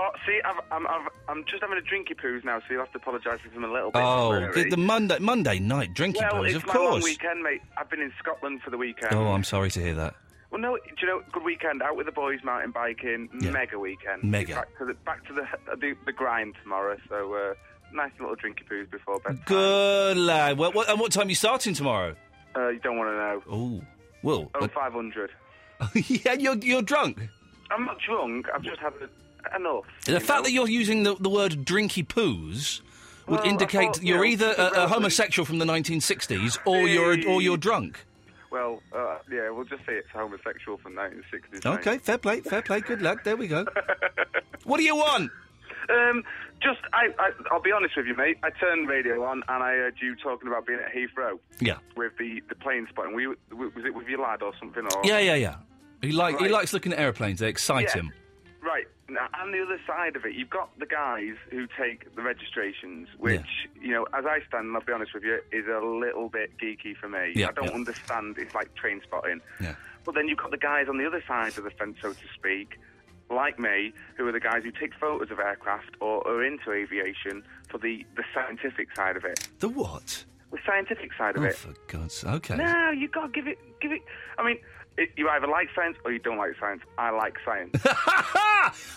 J: Oh, see, I've, I'm, I've, I'm just having a drinky poos now, so you'll have to apologise if I'm a little bit.
A: Oh,
J: sweary.
A: the, the Monday Monday night drinking
J: well,
A: booze,
J: it's
A: of
J: my long
A: course.
J: weekend, mate. I've been in Scotland for the weekend.
A: Oh, I'm sorry to hear that.
J: Well, no, do you know, good weekend out with the boys, mountain biking,
A: Yeah.
J: mega weekend.
A: Mega.
J: Back to the back to the the, the grind tomorrow. So uh, nice little drinky poos before bed.
A: Good lad. Well, what, and what time are you starting tomorrow?
J: Uh, you don't want to
A: know. Oh, well,
J: Oh, 500.
A: yeah, you're you're drunk.
J: I'm not drunk. I've just had a, enough.
A: The fact that you're using the, the word drinky poos would
J: Well, I
A: indicate
J: thought, you
A: you're
J: know,
A: either
J: it's
A: a, a
J: irrelevant.
A: homosexual from the 1960s or you're or you're drunk.
J: Well, uh, yeah, we'll just say it's homosexual from 1960s. mate.
A: Okay, fair play, fair play. Good luck. There we go. what do you want?
J: Um, just, I, I, I'll be honest with you, mate. I turned radio on and I heard you talking about being at Heathrow
A: Yeah.
J: with the, the plane spotting. We, w- was it with your lad or something? Or
A: Yeah, yeah, yeah. He like he
J: Oh. Right.
A: likes looking at airplanes. They excite
J: Yeah.
A: him.
J: Right. Now, on the other side of it, you've got the guys who take the registrations, which, you know, as I stand, and I'll be honest with you, is a little bit geeky for me.
K: Yeah,
J: I don't
K: yeah.
J: understand. It's like train spotting.
A: Yeah.
J: But then you've got the guys on the other side of the fence, so to speak, like me, who are the guys who take photos of aircraft or are into aviation for the, the scientific side of it.
A: The what?
J: The scientific side of
A: Oh,
J: it.
A: for God's okay.
J: No, you got to give it, give it. I mean, it, you either like science or you don't like science. I like science.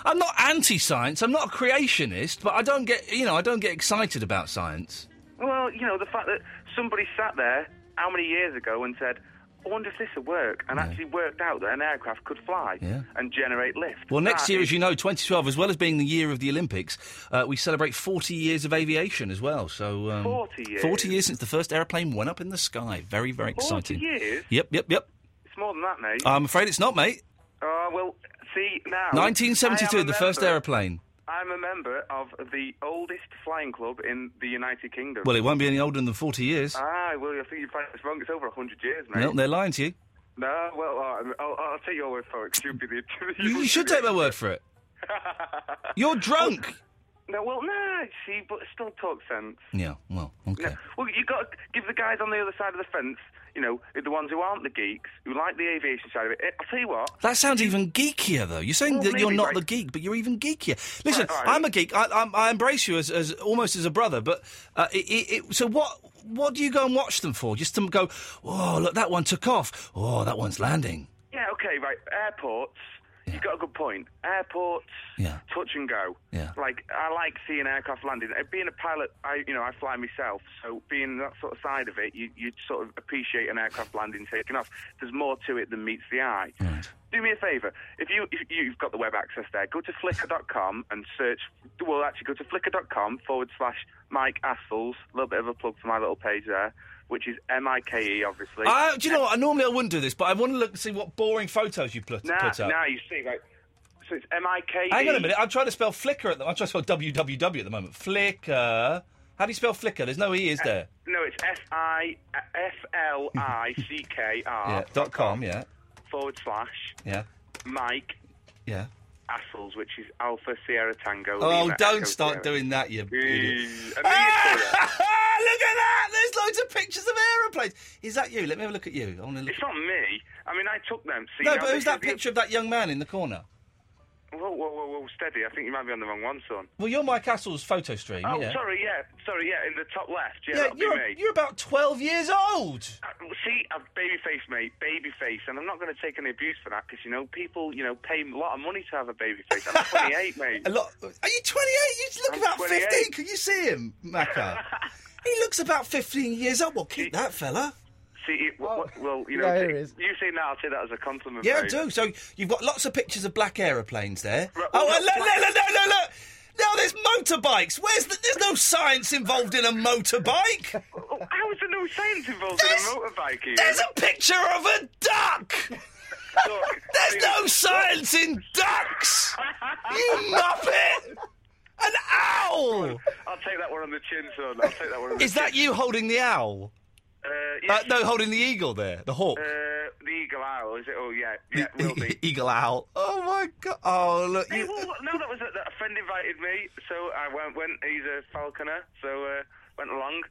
A: I'm not anti-science. I'm not a creationist, but I don't get you know I don't get excited about science.
J: well, you know, the fact that somebody sat there how many years ago and said, I wonder if this will work, and actually worked out that an aircraft could fly
A: Yeah.
J: and generate lift.
A: Well, next
J: That
A: year,
J: is-
A: as you know, 2012, as well as being the year of the Olympics, uh, we celebrate 40 years of aviation as well. So um,
J: 40 years?
A: 40 years since the first airplane went up in the sky. Very, very
J: 40
A: exciting.
J: years?
A: Yep, yep, yep.
J: It's more than that, mate.
A: I'm afraid it's not, mate.
J: Oh, well, see, now.
A: 1972,
J: I
A: the
J: am a
A: first
J: member-
A: airplane.
J: I'm a member of the oldest flying club in the United Kingdom.
A: Well, it won't be any older than 40 years.
J: Ah, well, I think you find this wrong. It's over 100 years, mate.
A: No, they're lying to you.
J: No, well, uh, I'll, I'll take your word for it. 'cause You'd be the.
A: You, you should take my word for it. You're drunk.
J: No, well, no, see, but still talk sense.
A: Yeah, well, okay.
J: No, well, you got to give the guys on the other side of the fence, you know, the ones who aren't the geeks, who like the aviation side of it. Eh, I'll tell you what.
A: That sounds even geekier, though. You're saying
J: Well,
A: that you're
J: Oh, maybe,
A: not
J: right.
A: the geek, but you're even geekier. Listen,
J: Right, right.
A: I'm a geek. I, I'm- I embrace you as, as almost as a brother. But uh, it, it, it, so what? What do you go and watch them for? Just to go? Oh, look, that one took off. Oh, that one's landing.
J: Yeah, okay, right. Airports. You've got a good point. Airports,
A: Yeah.
J: touch and go.
A: Yeah.
J: Like I like seeing aircraft landing. Uh, Being a pilot, I you know I fly myself, so being that sort of side of it, you you sort of appreciate an aircraft landing, taking off. There's more to it than meets the eye. Do me a favour. If you if you've got the web access there, go to flickr.com and search. Well, actually, go to flickr.com forward slash Mike Assels. A little bit of a plug for my little page there, which is M I K E, obviously.
A: I, Uh, do you know what? I normally I wouldn't do this, but I want to look and see what boring photos you put,
J: Now,
A: put up.
J: now you see, right? So it's M I K E.
A: Hang on a minute. I'm trying to spell Flickr at the. I'm trying to spell www at the moment. Flickr. How do you spell Flickr? There's no e, is there?
J: No, it's F I F L I C K
A: yeah.
J: R
A: Dot com. Yeah.
J: forward slash
A: Yeah.
J: Mike
A: Yeah.
J: Assels, which is Alpha Sierra Tango.
A: Oh,
J: Lima Echo
A: don't
J: Sierra.
A: start doing that, you
J: Eh,
A: idiot.
J: I knew you'd say that.
A: Ah, look at that! There's loads of pictures of aeroplanes. Is that you? Let me have a look at you. I want to look.
J: It's not me. I mean, I took them. See,
A: no,
J: now
A: but who's
J: this
A: that
J: is the-
A: picture of that young man in the corner?
J: Whoa, whoa, whoa, whoa, steady. I think you might be on the wrong one, son.
A: Well, you're Mike Castle's photo stream.
J: Oh,
A: yeah.
J: sorry, yeah, sorry, yeah, in the top left. Yeah,
A: Yeah,
J: that'll
A: you're,
J: be me.
A: you're about 12 years old.
J: Uh, See, a baby face, mate, baby face, and I'm not going to take any abuse for that because you know people, you know, pay a lot of money to have a baby face. I'm 28, mate.
A: A lot. Are you 28? You look
J: I'm
A: about 15.
J: 28.
A: Can you see him, Macca? he looks about 15 years old. Well, keep that fella.
J: See, it, well, well, you know,
A: Yeah, here
J: take-
A: it is.
J: you saying that, I'll take that as a compliment.
A: Yeah, I
J: mate.
A: do. So you've got lots of pictures of black aeroplanes there.
J: Right, well,
A: oh, and
J: not
A: look, look, look, look, look, look. Now there's motorbikes. Where's the, there's no science involved in a motorbike.
J: How is there no science involved in a motorbike here?
A: There's a picture of a duck. There's no science in ducks. You muppet. An owl.
J: I'll take that one on the chin, son. I'll take that one on the
A: Is that you holding the owl?
J: Uh,
A: Uh,
J: yes.
A: no, holding the eagle there, the hawk.
J: Uh, the eagle owl, is it? Oh, yeah. Yeah, it will be.
A: eagle owl. Oh my god. Oh look.
J: Hey,
A: You,
J: well, no, that was it. That a friend invited me, so I went. went he's a falconer, so uh, went along.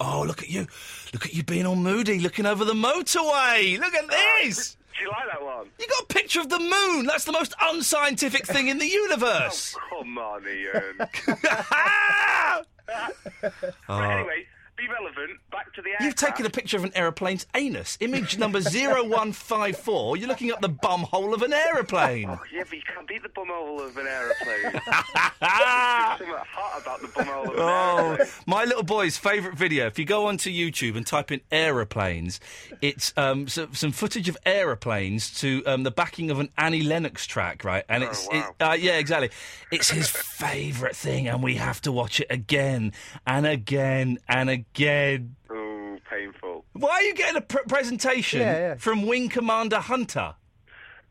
A: oh look at you. Look at you being all moody, looking over the motorway. Look at this.
J: Do you like that one?
A: You got a picture of the moon. That's the most unscientific thing in the universe.
J: Come on, Ian. But
A: Oh.
J: anyway, be relevant. Back to the air.
A: You've taken a picture of an aeroplane's anus. Image number 0154. You're looking at the bum hole of an aeroplane.
J: Oh, Yeah, but you can't beat the bumhole of an aeroplane. There's something hot about the bumhole of an
A: Oh,
J: aeroplane.
A: my little boy's favourite video. If you go onto YouTube and type in aeroplanes, it's um, some, some footage of aeroplanes to um, the backing of an Annie Lennox track, right? And it's
J: Oh,
A: it, uh, yeah, exactly. It's his favourite thing, and we have to watch it again and again and again.
J: Oh, painful.
A: Why are you getting a pr- presentation
J: Yeah, yeah.
A: from Wing Commander Hunter?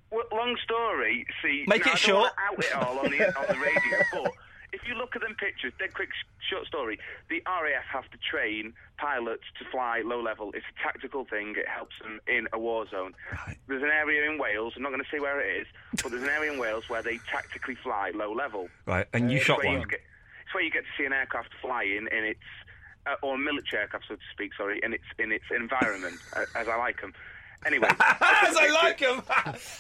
J: Well, long story. See,
A: Make
J: now,
A: it
J: I don't wanna
A: short.
J: Out it all on the, on the radio, but if you look at them pictures, dead quick, sh- short story. The RAF have to train pilots to fly low level. It's a tactical thing. It helps them in a war zone. There's an area in Wales. I'm not going to say where it is, but there's an area in Wales where they tactically fly low level. Uh,
A: Right, and you
J: It's
A: shot
J: where
A: one.
J: You get, it's where you get to see an aircraft flying in its, uh, or a military aircraft, so to speak, sorry, in its in its environment, uh, as I like them. Anyway,
A: As I like him.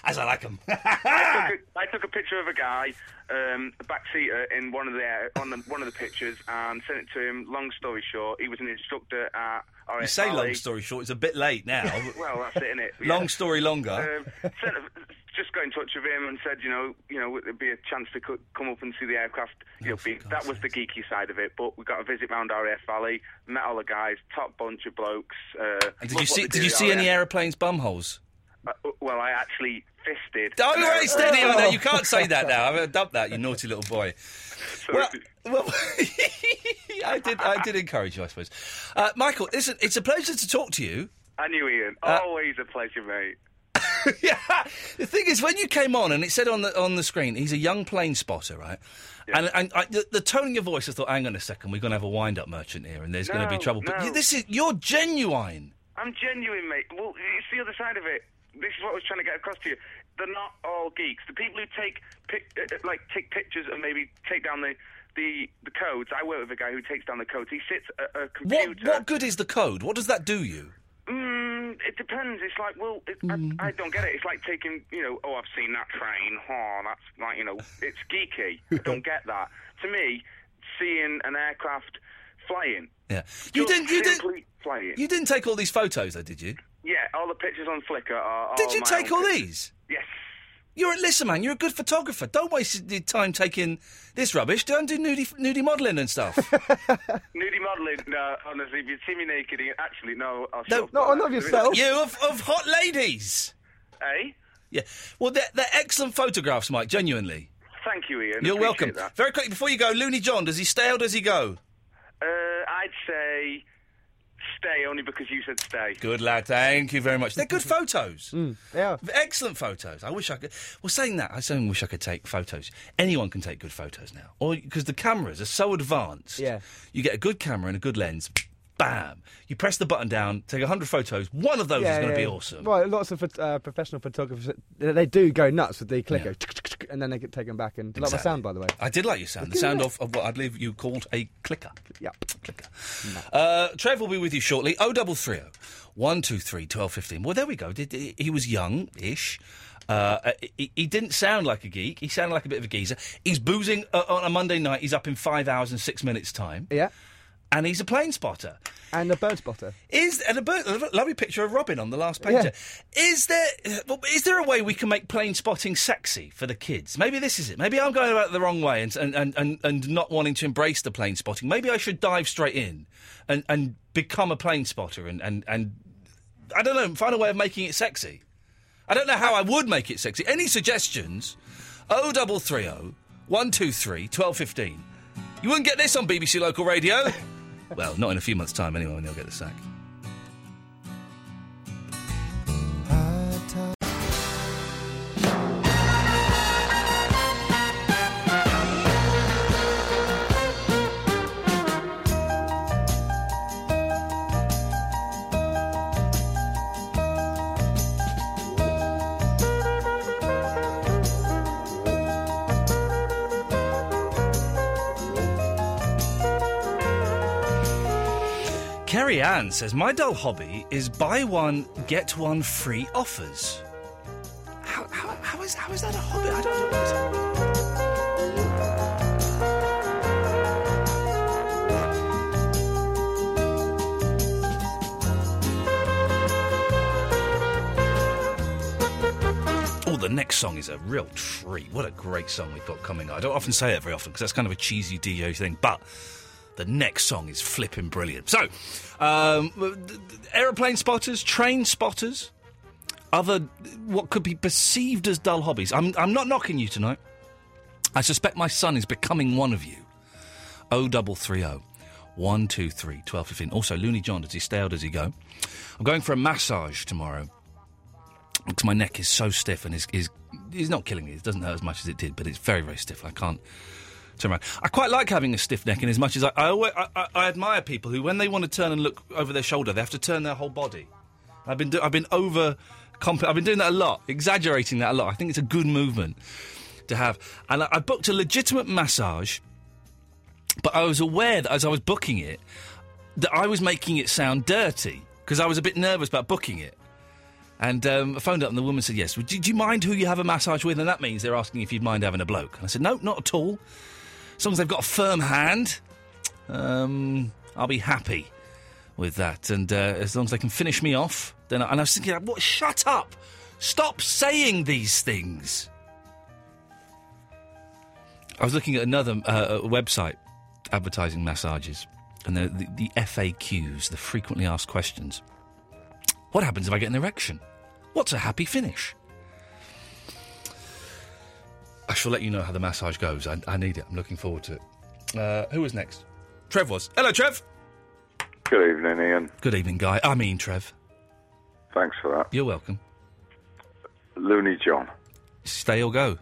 A: As I like him. Ah!
J: I, took a, I took a picture of a guy, um, a backseater in one of the uh, on the, one of the pictures, and sent it to him. Long story short, he was an instructor at. RSL.
A: You say long story short, it's a bit late now.
J: Well, that's it, innit? Yeah.
A: Long story longer.
J: Um, sent a, just got in touch with him and said, you know, you know, it'd be a chance to co- come up and see the aircraft.
A: Oh,
J: You know, be, that was the geeky side of it. But we got a visit round RAF Valley, met all the guys, top bunch of blokes. Uh,
A: And
J: love
A: did you
J: what
A: see?
J: they
A: Did
J: do
A: you
J: at
A: see any
J: RAF.
A: aeroplanes bum holes?
J: Uh, well, I actually fisted.
A: Don't
J: an
A: be
J: aeroplane.
A: very steady on that. You can't say that now. I'm going to dump that, you naughty little boy. Well, well I did. I did encourage you, I suppose. Uh, Michael, listen, it's a pleasure to talk to you.
J: I knew Ian.
A: Uh,
J: Always a pleasure, mate.
A: The thing is, when you came on and it said on the on the screen, he's a young plane spotter, right? And, and I, the, the tone of your voice, I thought, hang on a second, we're going to have a wind up merchant here, and there's going to
J: No,
A: be trouble. But
J: no.
A: you, this is you're genuine.
J: I'm genuine, mate. Well, it's the other side of it. This is what I was trying to get across to you. They're not all geeks. The people who take pic- uh, uh, like take pictures and maybe take down the, the the codes. I work with a guy who takes down the codes. He sits at a
A: What
J: computer.
A: what good is the code? What does that do you?
J: Mm, it depends. It's like, well, it,
A: Mm.
J: I, I don't get it. It's like taking, you know, oh, I've seen that train. Oh, that's like, you know, it's geeky. I don't get that. To me, seeing an aircraft flying.
A: Yeah, you didn't you
J: didn't flying.
A: you didn't take all these photos, though, did you?
J: Yeah, all the pictures on Flickr are.
A: Did
J: are
A: you
J: my
A: take
J: own
A: all
J: pictures.
A: these?
J: Yes.
A: You're a listen, man. You're a good photographer. Don't waste your time taking this rubbish. Don't do nudie nudie modelling and stuff.
J: Nudie modelling. No, honestly, if you see me naked, you- actually, no, I'll
A: No,
J: shut up. There is-
A: You of, of hot ladies.
J: Eh?
A: Yeah. Well, they're, they're excellent photographs, Mike. Genuinely.
J: Thank you, Ian.
A: You're welcome.
J: Appreciate that.
A: Very quickly before you go, Looney John. Does he stay or does he go?
J: Uh, I'd say stay only because you said stay.
A: Good lad. Thank you very much. They're good photos.
F: Yeah.
A: Excellent photos. I wish I could. Well, saying that, I certainly wish I could take photos. Anyone can take good photos now, or because the cameras are so advanced.
F: Yeah.
A: You get a good camera and a good lens. Bam! You press the button down, take hundred photos. One of those is going to be awesome.
F: Right, lots of phot- uh, professional photographers they they do go nuts with the clicker, and then they get taken back. And like my
A: Exactly.
F: sound, by the way.
A: I did like your sound. The
F: Didn't
A: sound
F: it?
A: of, of what I believe you called a clicker.
F: Yeah.
A: Clicker. Uh, Trev will be with you shortly. Oh, 0330 123 1215. Well, there we go. Did, he was young ish. Uh, uh, he, he didn't sound like a geek. He sounded like a bit of a geezer. He's boozing uh, on a Monday night. He's up in five hours and six minutes' time.
F: Yeah.
A: And he's a plane spotter.
F: And a bird spotter.
A: Is and a bird, a lovely picture of Robin on the last page.
F: Yeah.
A: there. Is there is there a way we can make plane spotting sexy for the kids? Maybe this is it. Maybe I'm going about it the wrong way and and, and, and and not wanting to embrace the plane spotting. Maybe I should dive straight in and, and become a plane spotter and, and, and I don't know, find a way of making it sexy. I don't know how I would make it sexy. Any suggestions? 0330 123 1215. You wouldn't get this on BBC Local Radio. well, not in a few months' time anyway when they'll get the sack. Kerry Ann says, My dull hobby is buy one, get one free offers. How, how, how, is, how is that a hobby? I don't know. Oh, the next song is a real treat. What a great song we've got coming. I don't often say it very often because that's kind of a cheesy DJ thing, but the next song is flipping brilliant. So, um, w- d- d- aeroplane spotters, train spotters, other what could be perceived as dull hobbies. I'm, I'm not knocking you tonight. I suspect my son is becoming one of you. 0330 123 1215. Also, Looney John, does he stay or does he go? I'm going for a massage tomorrow because my neck is so stiff and is is is not killing me. It doesn't hurt as much as it did, but it's very very stiff. I can't turn around. I quite like having a stiff neck, in as much as I I, always, I, I, I admire people who, when they want to turn and look over their shoulder, they have to turn their whole body. I've been do- I've been over comp- I've been doing that a lot, exaggerating that a lot. I think it's a good movement to have, and I, I booked a legitimate massage, but I was aware that as I was booking it, that I was making it sound dirty because I was a bit nervous about booking it. And um, I phoned up, and the woman said, "Yes. Well, Do, do you mind who you have a massage with?" And that means they're asking if you'd mind having a bloke. And I said, "No, not at all. As long as they've got a firm hand, um, I'll be happy with that. And uh, as long as they can finish me off, then." I, and I was thinking, "What? Shut up! Stop saying these things." I was looking at another uh, website advertising massages and the, the, the FAQs, the frequently asked questions. What happens if I get an erection? What's a happy finish? I shall let you know how the massage goes. I, I need it. I'm looking forward to it. Uh, who was next? Trev was. Hello, Trev.
K: Good evening, Ian.
A: Good evening, guy. I mean, Trev.
K: Thanks for that.
A: You're welcome.
K: Looney John.
A: Stay or go.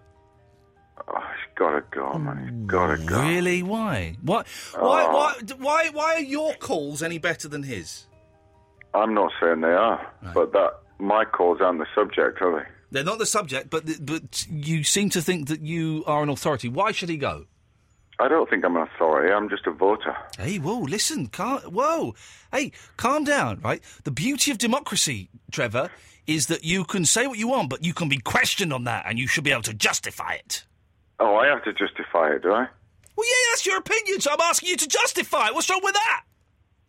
K: Oh, Gotta go, man. He's gotta go.
A: Really? Why? What? Why,
K: Oh.
A: why? d- Why? Why are your calls any better than his?
K: I'm not saying they are, but that my calls aren't the subject, are they?
A: They're not the subject, but th- but you seem to think that you are an authority. Why should he go?
K: I don't think I'm an authority. I'm just a voter.
A: Hey, whoa, listen, cal- whoa. Hey, calm down, right? The beauty of democracy, Trevor, is that you can say what you want, but you can be questioned on that and you should be able to justify it.
K: Oh, I have to justify it, do I?
A: Well, yeah, that's your opinion, so I'm asking you to justify it. What's wrong with that?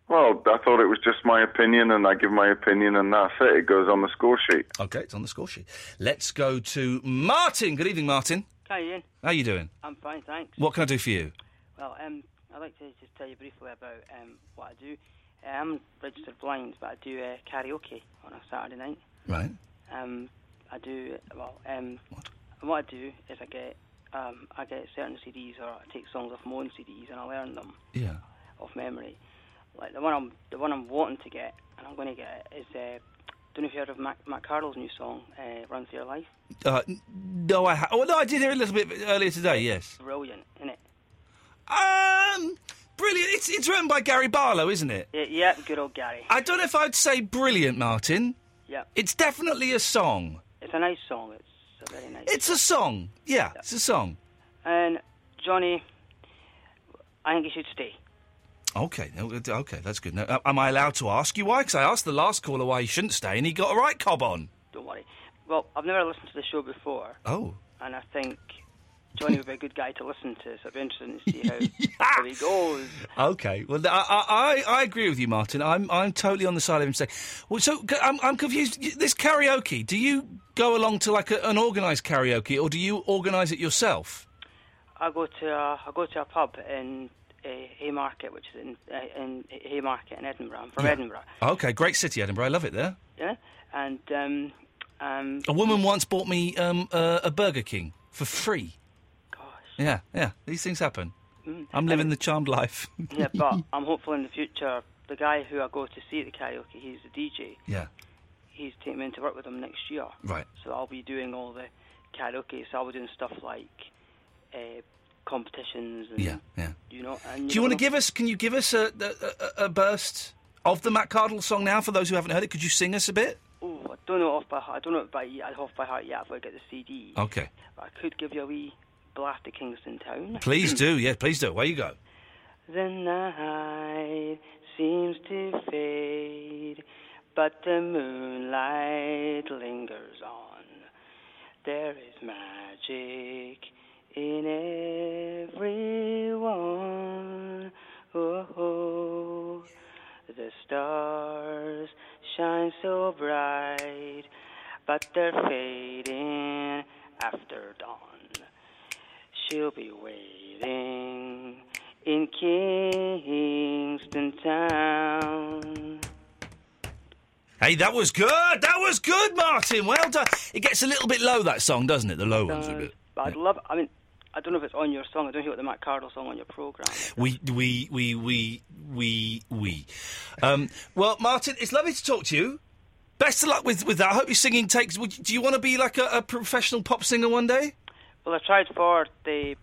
K: Well, I thought it was just my opinion, and I give my opinion, and that's it. It goes on the score sheet.
A: Okay, it's on the score sheet. Let's go to Martin. Good evening, Martin.
L: Hi Ian,
A: How you doing?
L: I'm fine, thanks.
A: What can I do for you?
L: Well, um, I'd like to just tell you briefly about um, what I do. Uh, I'm registered blind, but I do uh, karaoke on a Saturday night.
A: Right.
L: Um, I do well. Um, what? I do is I get um, I get certain CDs or I take songs off my own CDs and I learn them
A: Yeah.
L: off memory. Like the one I'm the one I'm wanting to get and I'm going to get is uh, don't know if you heard of Mac, Mac Carroll's new song uh, "Run for Your Life."
A: Uh, n- no, I ha- oh, no, I did hear a little bit earlier today, yes.
L: Brilliant, isn't it?
A: Um, brilliant. It's, it's written by Gary Barlow, isn't it?
L: Yeah, yeah, good old Gary.
A: I don't know if I'd say brilliant, Martin.
L: Yeah,
A: It's definitely a song.
L: it's a nice song. It's a very nice.
A: It's a song. Yeah, it's a song.
L: And Johnny, I think you should stay.
A: Okay, no, it- okay, that's good. Now, a- am I allowed to ask you why? Because I asked the last caller why he shouldn't stay, and he got a right cob on.
L: Don't worry. Well, I've never listened to the show before,
A: Oh,
L: and I think Johnny would be a good guy to listen to. So it'd be interesting to see how, how he goes.
A: okay. Well, th- I, I, I agree with you, Martin. I'm, I'm totally on the side of him saying. Well, so c- I'm, I'm confused. Y- This karaoke, do you go along to like a, an organised karaoke, or do you organise it yourself?
L: I go to a, I go to a pub in uh, Haymarket, which is in uh, in Haymarket in Edinburgh. I'm from
A: Yeah.
L: Edinburgh,
A: Okay, great city, Edinburgh. I love it there.
L: yeah. And um, um,
A: A woman once bought me um, uh, a Burger King for free. Gosh. Yeah, yeah. These things happen.
L: mm,
A: I'm living the charmed life.
L: yeah, but I'm hopeful in the future. The guy who I go to see at the karaoke, he's the DJ.
A: Yeah.
L: He's taking me into work with him next year.
A: Right.
L: So I'll be doing all the karaoke. So I'll be doing stuff like uh, competitions and
A: Yeah, yeah.
L: you know. And
A: Do you want to give us? Can you give us a, a, a, a burst of the Matt Cardle song now? For those who haven't heard it, could you sing us a bit?
L: Oh, I don't know off by heart. I don't know it by I off by heart yet. I've got to get the CD.
A: Okay.
L: But I could give you a wee blast of Kingston Town.
A: Please do. Yeah, please do. Where you go?
L: The night seems to fade, but the moonlight lingers on. There is magic in everyone. Oh, the stars shine so bright, but they're fading after dawn. She'll be waiting in Kingston Town.
A: Hey, that was good. That was good, Martin. Well done. It gets a little bit low that song, doesn't it? The low ones are a bit.
L: But I'd love. I mean, I don't know if it's on your song. I don't hear what the Matt Cardle song on your program.
A: We we we we we we. Um, well, Martin, it's lovely to talk to you. Best of luck with, with that. I hope your singing takes. Would, you- do you want to be like a, a professional pop singer one day?
L: Well, I tried for the.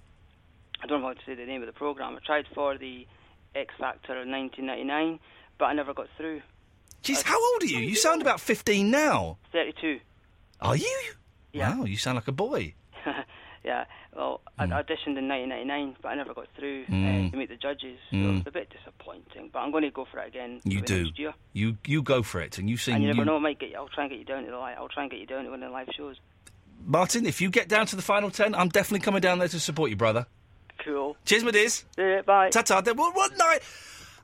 L: I don't know how to say the name of the program. I tried for the X Factor in 1999, but I never got through.
A: Jeez,
L: Uh,
A: how old are you? You sound about fifteen now.
L: 32.
A: Are you? Yeah. Wow, you sound like a boy.
L: yeah, well,
A: Hmm.
L: I I auditioned in 1999, but I never got through
A: Mm.
L: uh, to meet the judges. So
A: Mm.
L: it was a bit disappointing, but I'm going to go for it again.
A: You
L: maybe
A: do.
L: Next year.
A: You you go for it, and you sing.
L: And you never know, I might get you, I'll try and get you down to the live. I'll try and get you down to one of the live shows.
A: Martin, if you get down to the final ten, I'm definitely coming down there to support you, brother.
L: Cool.
A: Cheers, my dears.
L: Yeah, bye.
A: Ta-ta. Then What, what night?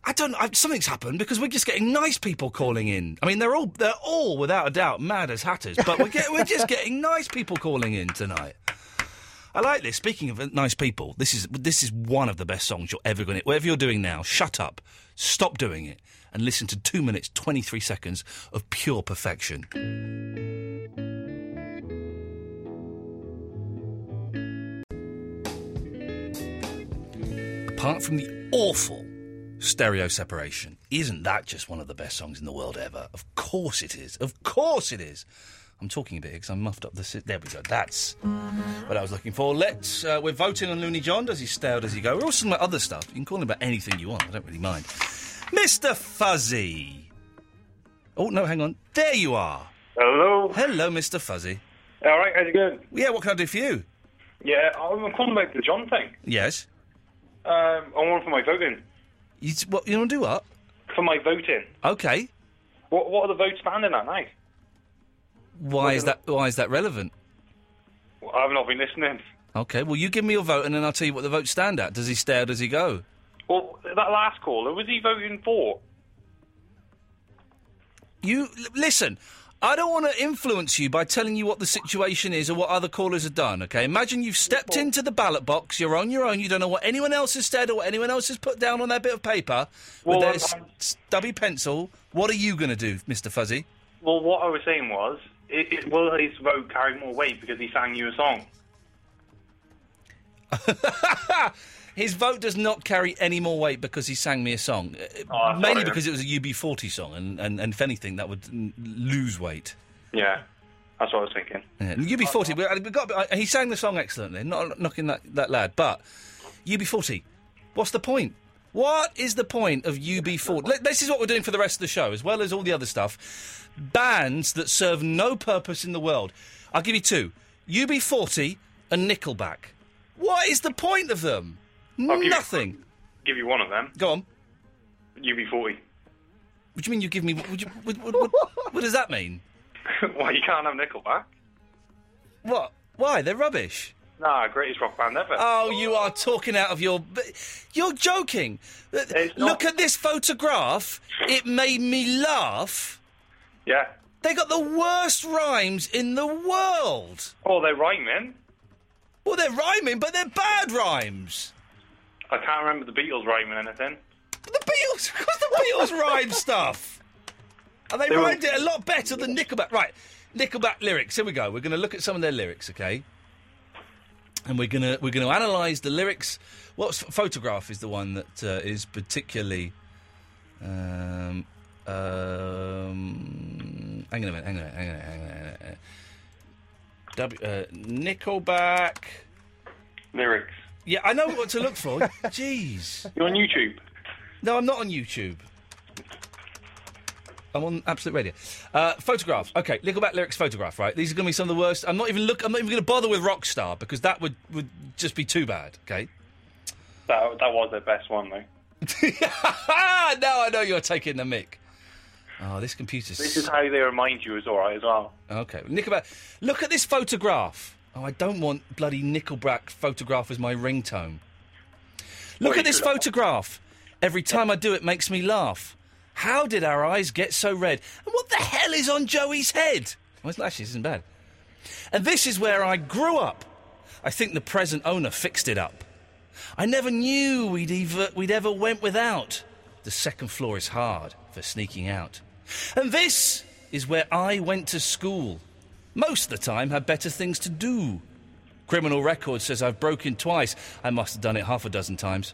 A: I don't. I, something's happened because we're just getting nice people calling in. I mean, they're all they're all without a doubt mad as hatters, but we're get, we're just getting nice people calling in tonight. I like this. Speaking of nice people, this is this is one of the best songs you're ever going to. Whatever you're doing now, shut up, stop doing it, and listen to two minutes twenty three seconds of pure perfection. Apart from the awful stereo separation, isn't that just one of the best songs in the world ever? Of course it is. Of course it is. I'm talking a bit because I muffed up the. Si- there we go. That's what I was looking for. Let's. Uh, we're voting on Looney John. Does he stay or does he go? We're also talking about other stuff. You can call him about anything you want. I don't really mind. Mr. Fuzzy. Oh no, hang on. There you are.
M: Hello.
A: Hello, Mr. Fuzzy.
M: All right, how's it going?
A: Yeah, what can I do for you?
M: Yeah, I'm calling about the John thing.
A: Yes.
M: Um, I want for my voting.
A: You what? You want to do what?
M: For my voting.
A: Okay.
M: What What are the votes standing at now?
A: Why is that? Why is that relevant?
M: Well, I've not been listening.
A: Okay, well, you give me your vote and then I'll tell you what the votes stand at. Does he stay or does he go?
M: Well, that last caller was he voting for?
A: You l- listen. I don't want to influence you by telling you what the situation is or what other callers have done. Okay, imagine you've stepped into the ballot box. You're on your own. You don't know what anyone else has said or what anyone else has put down on their bit of paper
M: Well,
A: with their
M: I'm-
A: s- stubby pencil. What are you going to do, Mister Fuzzy?
M: Well, what I was saying was, it, it, will his vote carry more weight because he sang you a song?
A: His vote does not carry any more weight because he sang me a song. Uh,
M: Oh,
A: mainly
M: sorry.
A: because it was a UB40 song, and, and, and if anything, that would mm, lose weight.
M: Yeah, that's what I was thinking.
A: Yeah,
M: Oh,
A: UB40. We, we got. I- He sang the song excellently. Not knocking that, that lad, but UB40. What's the point? What is the point of UB40? Let- This is what we're doing for the rest of the show, as well as all the other stuff. Bands that serve no purpose in the world. I'll give you two: UB40 and Nickelback. What is the point of them?
M: give you-
A: Nothing.
M: Give you one of them.
A: Go on.
M: UB40.
A: What do you mean you give me? Would you, what, what, what, what does that mean?
M: Why you can't have Nickelback?
A: What? Why? They're rubbish.
M: Nah, greatest rock band ever.
A: Oh, you are talking out of your. but You're joking. Look at this photograph. It made me laugh.
M: Yeah.
A: They got the worst rhymes in the world.
M: Oh, they're rhyming.
A: Well, they're rhyming, but they're bad rhymes.
M: I can't remember the Beatles rhyming anything.
A: The Beatles, because the Beatles rhyme stuff. And they
M: They were-
A: rhymed it a lot better than Nickelback. Right, Nickelback lyrics. Here we go. We're going to look at some of their lyrics, okay? And we're gonna we're gonna analyse the lyrics. What photograph is the one that uh, is particularly? Um, um, hang on a minute. Hang on a minute. Hang on a minute. Hang on a minute. hang on a minute. W, uh, Nickelback
M: lyrics.
A: Yeah, I know what to look for. Jeez.
M: You're on YouTube.
A: No, I'm not on YouTube. I'm on Absolute Radio. Uh, photograph. Okay, Nickelback lyrics. Photograph. Right. These are going to be some of the worst. I'm not even look. I'm not even going to bother with Rockstar because that would would just be too bad. Okay.
M: That that was their best one though.
A: Ah, now I know you're taking the mic. Oh, this computer's.
M: This is how they remind you is all right as well.
A: Okay, Nickelback. Look at this photograph. Oh, I don't want bloody Nickelback photograph as my ringtone. Look at this photograph. Every time I do it makes me laugh. How did our eyes get so red? And what the hell is on Joey's head? Well, it's- actually, this isn't bad. And this is where I grew up. I think the present owner fixed it up. I never knew we'd ever, we'd ever went without. The second floor is hard for sneaking out. And this is where I went to school. Most of the time, had better things to do. Criminal record says I've broken twice. I must have done it half a dozen times.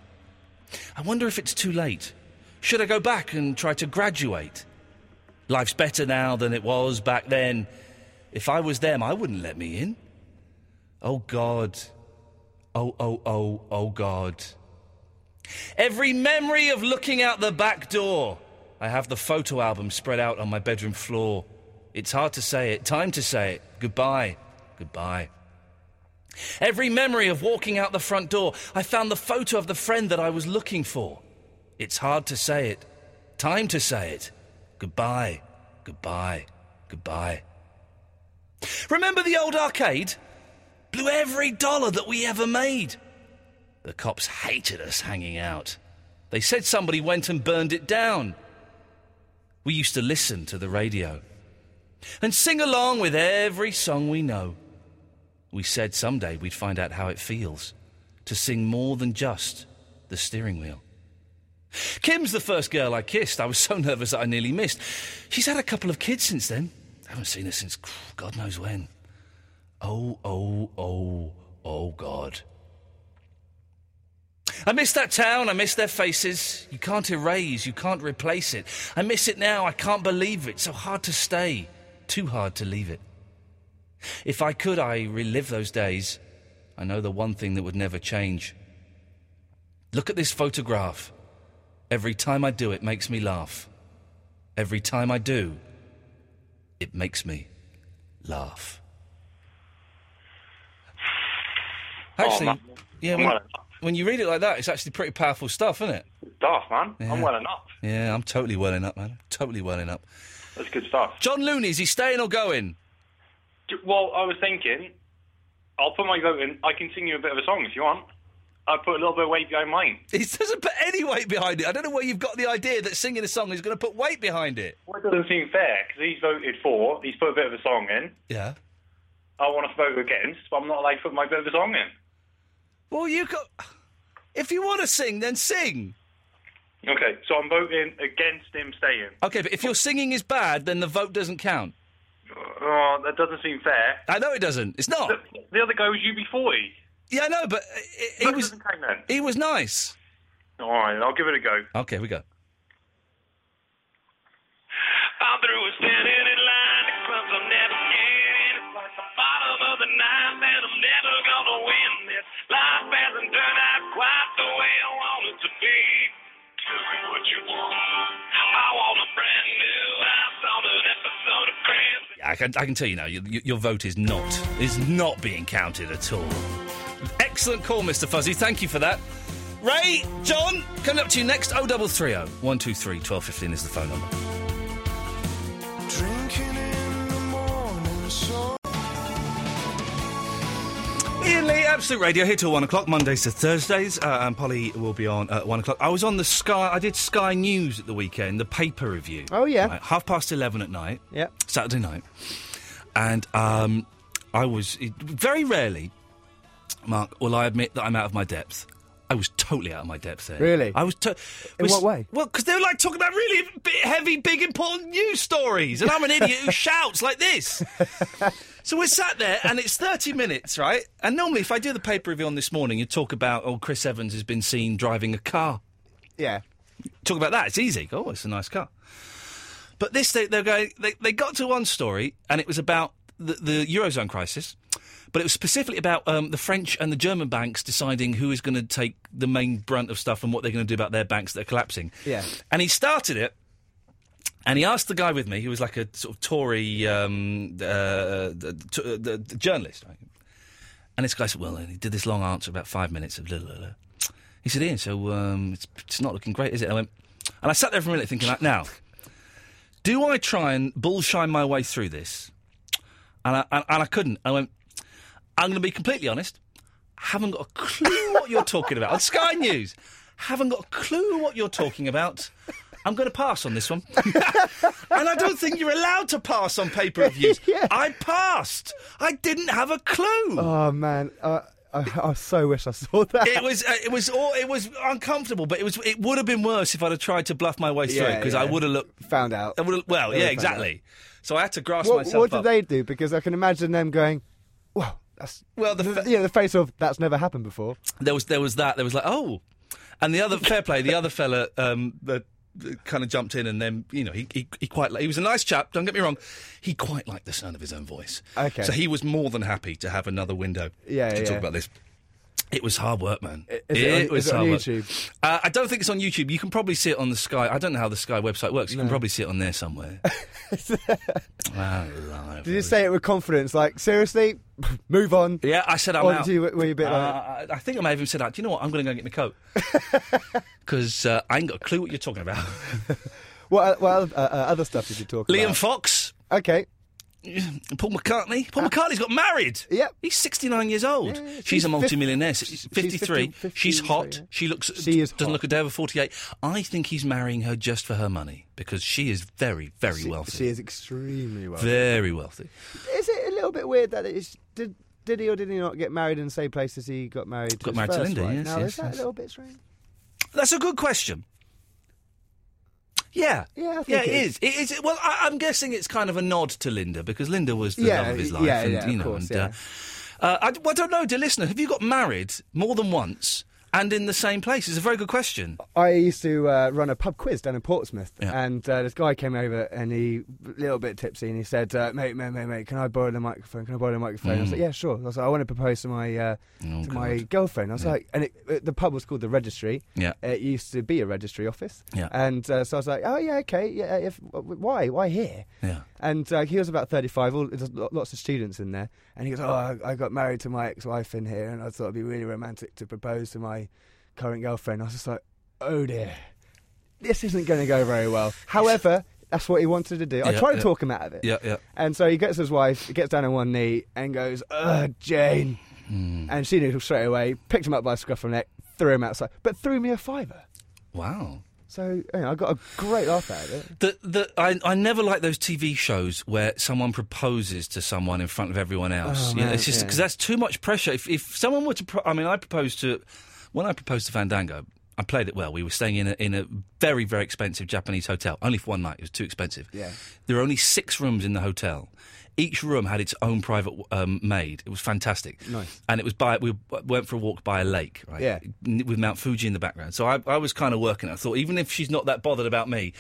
A: I wonder if it's too late. Should I go back and try to graduate? Life's better now than it was back then. If I was them, I wouldn't let me in. Oh God. Oh, oh, oh, oh God. Every memory of looking out the back door. I have the photo album spread out on my bedroom floor. It's hard to say it, time to say it. Goodbye. Goodbye. Every memory of walking out the front door, I found the photo of the friend that I was looking for. It's hard to say it. Time to say it. Goodbye. Goodbye. Goodbye. Remember the old arcade? Blew every dollar that we ever made. The cops hated us hanging out. They said somebody went and burned it down. We used to listen to the radio and sing along with every song we know. We said someday we'd find out how it feels to sing more than just the steering wheel. Kim's the first girl I kissed. I was so nervous that I nearly missed. She's had a couple of kids since then. I haven't seen her since God knows when. Oh, oh, oh, oh, God. I miss that town. I miss their faces. You can't erase, you can't replace it. I miss it now. I can't believe it. So hard to stay, too hard to leave it. If I could, I relive those days. I know the one thing that would never change. Look at this photograph. Every time I do, it makes me laugh. Every time I do, it makes me laugh. Actually,
M: man.
A: yeah,
M: I'm
A: when,
M: well
A: when you read it like that, it's actually pretty powerful stuff, isn't it?
M: Daft, man. I'm
A: Yeah.
M: well enough.
A: Yeah, I'm totally welling up, man. Totally welling up.
M: That's good stuff.
A: John Looney, is he staying or going?
M: J- Well, I was thinking, I'll put my vote in. I can sing you a bit of a song if you want. I put a little bit of weight behind mine.
A: He doesn't put any weight behind it. I don't know where you've got the idea that singing a song is going to put weight behind it.
M: Well, it doesn't seem fair because he's voted for. He's put a bit of a song in.
A: Yeah.
M: I want to vote against, but I'm not allowed to put my bit of a song in.
A: Well, you got. If you want to sing, then sing.
M: Okay, so I'm voting against him staying.
A: Okay, but if your singing is bad, then the vote doesn't count.
M: Oh, that doesn't seem fair.
A: I know it doesn't. It's not.
M: The, the other guy was UB40.
A: Yeah, I know, but he was he was nice.
M: All right, I'll give it a go.
A: Okay, here we go.
I: I'm through with standing in line to clubs I'm never getting. It's like the bottom of the ninth and I'm never gonna win this. Life hasn't turned out quite the way I want it to be. Tell me what you want. I want a brand new house on an episode of Grand
A: I can, I can tell you now, you, you- your vote is not is not being counted at all. Excellent call, Mr. Fuzzy. Thank you for that. Ray, John, coming up to you next. 0330 123 1215 is the phone number.
N: Drinking in the morning sun.
A: Ian Lee, Absolute Radio, here till one o'clock, Mondays to Thursdays, uh, and Polly will be on at one o'clock. I was on the Sky, I did Sky News at the weekend, the paper review.
F: Oh, yeah.
A: Right, half past eleven at night.
F: Yeah.
A: Saturday night, and um, I was it, very rarely, Mark, will I admit that I'm out of my depth. I was totally out of my depth there.
F: Really?
A: I was. To-
F: In
A: was-
F: what way?
A: Well, because they were like talking about really bi- heavy, big, important news stories, and I'm an idiot who shouts like this. So we're sat there, and it's 30 minutes, right? And normally, if I do the paper review on this morning, you talk about, oh, Chris Evans has been seen driving a car.
F: Yeah.
A: Talk about that. It's easy. Oh, it's a nice car. But this, they, they're going, they, they got to one story, and it was about the, the Eurozone crisis, but it was specifically about um, the French and the German banks deciding who is going to take the main brunt of stuff and what they're going to do about their banks that are collapsing.
F: Yeah.
A: And he started it, and he asked the guy with me, who was like a sort of Tory um, uh, t- uh, the, the journalist, right? and this guy said, "Well," and he did this long answer about five minutes of blah, blah, blah. He said, "Ian, so um, it's, it's not looking great, is it?" I went, and I sat there for a minute thinking, like, now, do I try and bullshine my way through this? And I and, and I couldn't. I went, I'm going to be completely honest. Haven't got a clue what you're talking about on Sky News. Haven't got a clue what you're talking about. I'm going to pass on this one. and I don't think you're allowed to pass on paper reviews. I passed. I didn't have a clue.
F: Oh man, uh, I, I so wish I saw that.
A: it was uh, it was all, it was uncomfortable, but it was it would have been worse if I'd have tried to bluff my way through it
F: Yeah,
A: because I
F: yeah.
A: would have looked
F: found out.
A: I would have, well,
F: They
A: yeah,
F: would've found
A: exactly. So I had to grasp
F: What,
A: myself
F: what
A: up.
F: did they do? Because I can imagine them going, "Well, that's
A: well the,
F: yeah the face of that's never happened before."
A: There was there was that. There was like oh, and the other fair play. The other fella um, that kind of jumped in and then you know he he, he quite li- he was a nice chap. Don't get me wrong. He quite liked the sound of his own voice.
F: Okay.
A: So he was more than happy to have another window.
F: Yeah,
A: to
F: yeah.
A: talk about this. It was hard work, man. It,
F: is it on-
A: was
F: is it on
A: hard work.
F: YouTube?
A: Uh, I don't think it's on YouTube. You can probably see it on the Sky. I don't know how the Sky website works. You can probably see it on there somewhere. wow, live.
F: Did you say it with confidence? Like seriously, move on.
A: Yeah, I said I'm
F: or
A: out.
F: do you- were you a bit
A: Uh,
F: like-
A: I, I think I may have even said that. Do you know what? I'm going to go and get my coat because uh, I ain't got a clue what you're talking about.
F: What, what uh, uh, other stuff did you talk
A: Liam
F: about?
A: Fox.
F: Okay.
A: Paul McCartney. Paul McCartney's got married.
F: Ah. Yep.
A: He's 69 years old. she's,
F: she's
A: a
F: fif-
A: multimillionaire. She's 53. She's,
F: 50
A: hot. She looks. She is Doesn't look a day over 48. I think he's marrying her just for her money because she is very, very wealthy.
F: She is extremely wealthy.
A: Very wealthy.
F: Is it a little bit weird that it's did did he or did he not get married in the same place as he got married? to
A: Got
F: his
A: married to
F: first
A: Linda,
F: wife?
A: yes,
F: Now
A: yes,
F: is that
A: yes.
F: a little bit strange?
A: That's a good question. Yeah.
F: Yeah, I think
A: yeah,
F: it
A: it is. It is. Well, I, I'm guessing it's kind of a nod to Linda because Linda was the
F: Yeah,
A: love of his
F: yeah,
A: life,
F: yeah,
A: and
F: of
A: you know,
F: course,
A: and uh, uh, I, d- well, I don't know, dear listener, have you got married more than once and in the same place? It's a very good question.
F: I used to uh, run a pub quiz down in Portsmouth, and uh, this guy came over and he, a little bit tipsy, and he said, uh, "Mate, mate, mate, mate, can I borrow the microphone? Can I borrow the microphone?" I was
A: Mm.
F: like, "Yeah, sure." I was like, "I want to propose to my uh,
A: Oh,
F: to my girlfriend." I was like, and it, uh, the pub was called the Registry. Uh,
A: Yeah.
F: it used to be a registry office.
A: Yeah.
F: and uh, so I was like, "Oh yeah, okay, yeah. If why, why here?"
A: Yeah.
F: And uh, he was about 35, all, there's lo- lots of students in there. And he goes, Oh, I, I got married to my ex wife in here, and I thought it'd be really romantic to propose to my current girlfriend. I was just like, Oh dear, this isn't going to go very well. However, that's what he wanted to do. I
A: Yeah,
F: tried to
A: yeah.
F: talk him out of it.
A: Yeah, yeah.
F: And so he gets his wife, he gets down on one knee, and goes, Ugh, Jane.
A: Hmm.
F: And she knew straight away, picked him up by the scruff of the neck, threw him outside, but threw me a fiver.
A: Wow.
F: So you know, I got a great laugh out of it.
A: The, the, I, I never like those TV shows where someone proposes to someone in front of everyone else.
F: Oh,
A: You know,
F: man,
A: it's just
F: yeah.
A: because that's too much pressure. If, if someone were to, pro- I mean, I proposed to, when I proposed to Fandango, I played it well. We were staying in a, in a very very expensive Japanese hotel, only for one night. It was too expensive.
F: Yeah.
A: There were only six rooms in the hotel. Each room had its own private um, maid. It was fantastic.
F: Nice.
A: And it was by we went for a walk by a lake, right?
F: Yeah.
A: n- with Mount Fuji in the background. So I, I was kind of working. I thought, even if she's not that bothered about me,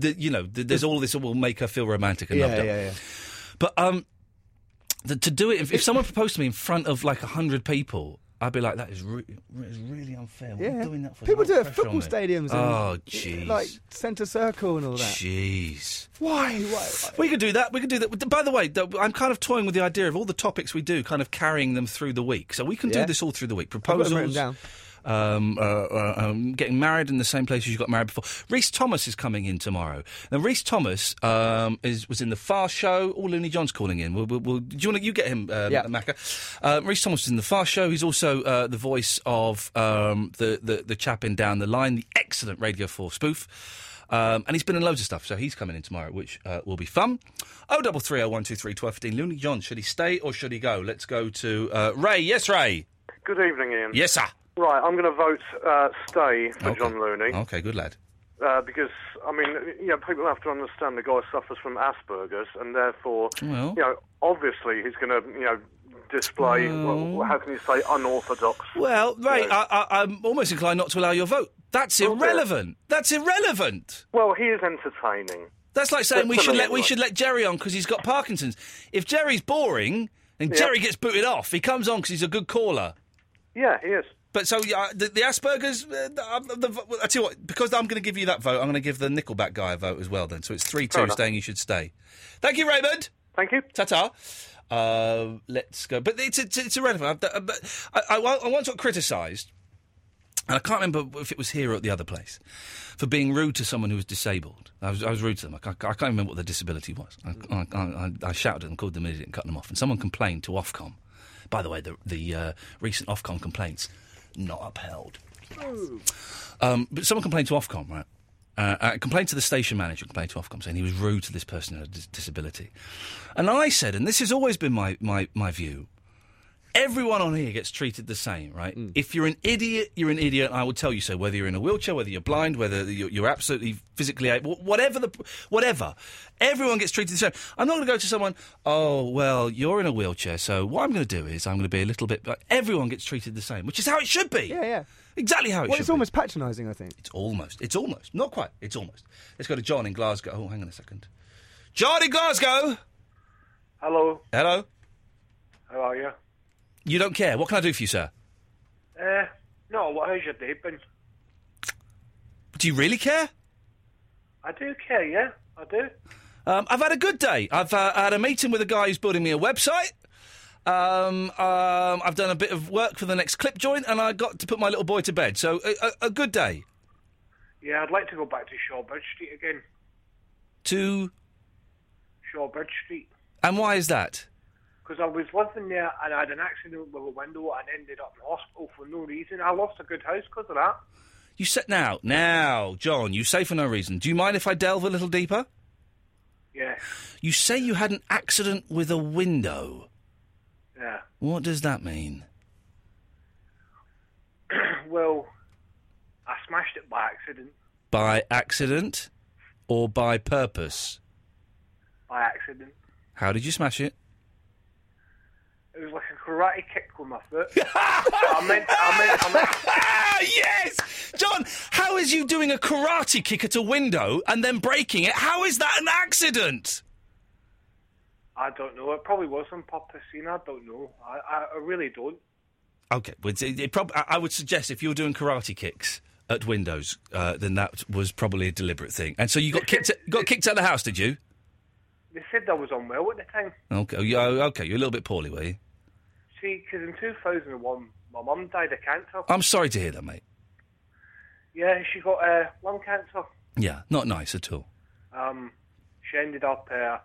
A: th you know, th- there's all this that will make her feel romantic and
F: Yeah,
A: loved up.
F: yeah, yeah.
A: But um, the, to do it, if, if someone proposed to me in front of like hundred people, I'd be like, that is, re- is really unfair. What are you
F: Yeah.
A: doing that for?
F: People
A: There's
F: do
A: no
F: it at
A: pressure on
F: football
A: me.
F: stadiums. And,
A: Oh, jeez.
F: Like centre circle and all that.
A: Jeez.
F: Why? Why?
A: We could do that. We could do that. By the way, th- I'm kind of toying with the idea of all the topics we do, kind of carrying them through the week. So we can
F: Yeah.
A: do this all through the week.
F: got 'em
A: Proposals.
F: written down.
A: Um, uh, uh, um, getting married in the same place as you got married before. Reese Thomas is coming in tomorrow. Now, Reese Thomas um, is was in the Far Show. All Looney John's calling in. We'll, we'll, we'll- do you want to you get him, uh,
F: Yeah.
A: Macca? Uh, Reese Thomas is in the Far Show. He's also uh, the voice of um, the, the the chap in Down the Line, the excellent Radio Four spoof. Um, and he's been in loads of stuff, so he's coming in tomorrow, which uh, will be fun. Oh, double three, oh, one, two, three, twelve, fifteen. Looney John, should he stay or should he go? Let's go to uh, Ray. Yes, Ray.
O: Good evening, Ian.
A: Yes, sir.
O: Right, I'm going to vote uh, stay for John Looney
A: Okay, good lad.
O: uh, because I mean, you know, people have to understand the guy suffers from Asperger's, and therefore,
A: Well.
O: you know, obviously he's going to, you know, display. Well, how can you say unorthodox?
A: Well, Ray,
O: Yeah.
A: I, I, I'm almost inclined not to allow your vote. That's irrelevant. That's irrelevant.
O: Well, he is entertaining.
A: That's like saying
O: To-
A: we
O: to
A: should
O: me,
A: let we
O: anyway.
A: should let Jerry on because he's got Parkinson's. If Jerry's boring and
O: Yeah.
A: Jerry gets booted off, he comes on because he's a good caller.
O: Yeah, he is.
A: But so yeah, the, the Asperger's. Uh, the, uh, the, well, I tell you what, because I'm going to give you that vote, I'm going to give the Nickelback guy a vote as well. Then, so it's three
O: Fair
A: two,
O: enough.
A: staying. You should stay. Thank you, Raymond.
O: Thank you.
A: Ta-ta. Uh, let's go. But it's it's, it's irrelevant. I, but I, I, I once got criticised, and I can't remember if it was here or at the other place, for being rude to someone who was disabled. I was, I was rude to them. I can't, I can't remember what the disability was. I, I, I, I shouted at them, called them an idiot, and cut them off. And someone complained to Ofcom. By the way, the the uh, recent Ofcom complaints not upheld. Um, but someone complained to Ofcom, right? Uh, uh, complained to the station manager, complained to Ofcom, saying he was rude to this person who had a dis- disability. And I said, and this has always been my, my, my view, everyone on here gets treated the same, right?
F: Mm.
A: If you're an idiot, you're an idiot. I will tell you so. Whether you're in a wheelchair, whether you're blind, whether you're, you're absolutely physically able, whatever the whatever, everyone gets treated the same. I'm not going to go to someone. Oh well, you're in a wheelchair, so what I'm going to do is I'm going to be a little bit. But everyone gets treated the same, which is how it should be.
F: Yeah, yeah.
A: Exactly how it
F: Well,
A: should
F: it's
A: be.
F: almost patronising, I think.
A: It's almost. It's almost. Not quite. It's almost. Let's go to John in Glasgow. Oh, hang on a second. John in Glasgow.
P: Hello,
A: Hello.
P: how are you?
A: You don't care. What can I do for you, sir?
P: Uh, no, what how's your day been?
A: Do you really care?
P: I do care, yeah, I do.
A: Um, I've had a good day. I've uh, had a meeting with a guy who's building me a website. Um, um, I've done a bit of work for the next clip joint, and I got to put my little boy to bed. So a, a, a good day
P: Yeah, I'd like to go back to Shawbird Street again.
A: to.
P: Shawbird Street.
A: And why is that?
P: Because I was living there and I had an accident with a window and ended up in hospital for no reason. I lost a good house because of that.
A: You said now, now, John. You say for no reason. Do you mind if I delve a little deeper?
P: Yeah,
A: You say you had an accident with a window.
P: yeah.
A: What does that mean?
P: well, I smashed it by accident.
A: By accident or by purpose?
P: By accident.
A: How did you smash it?
P: It was like a karate kick with my foot. I meant, I meant, I meant.
A: yes! John, how is you doing a karate kick at a window and then breaking it? How is that an accident?
P: I don't know. It probably was on purpose, you know. I don't know. I, I, I really don't.
A: Okay, well, it, it prob- I I would suggest if you were doing karate kicks at windows, uh, then that was probably a deliberate thing. And so you got kicked, got kicked out of the house, did you?
P: They said I was unwell at the time.
A: Okay, you, oh, okay, you're a little bit poorly, were you?
P: See, because in 2001, my mum died of cancer.
A: I'm sorry to hear that, mate.
P: Yeah, she got uh, lung cancer.
A: Yeah, not nice at all.
P: Um, she ended up uh,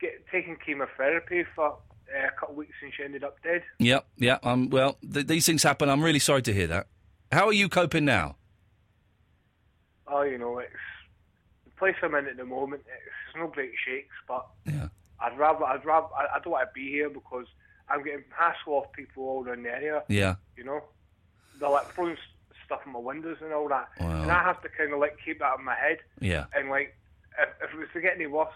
P: get, taking chemotherapy for uh, a couple of weeks and she ended up dead.
A: Yep, yeah. Um, well, th- these things happen. I'm really sorry to hear that. How are you coping now?
P: Oh, you know, it's the place I'm in at the moment. It's no great shakes, but I'd rather, I'd rather, I, I don't want to be here because I'm getting hassle off people all around the area.
A: Yeah.
P: You know, they're like throwing s- stuff in my windows and all that,
A: Wow.
P: and I have to kind of like keep that in my head.
A: Yeah.
P: And like, if, if it was to get any worse,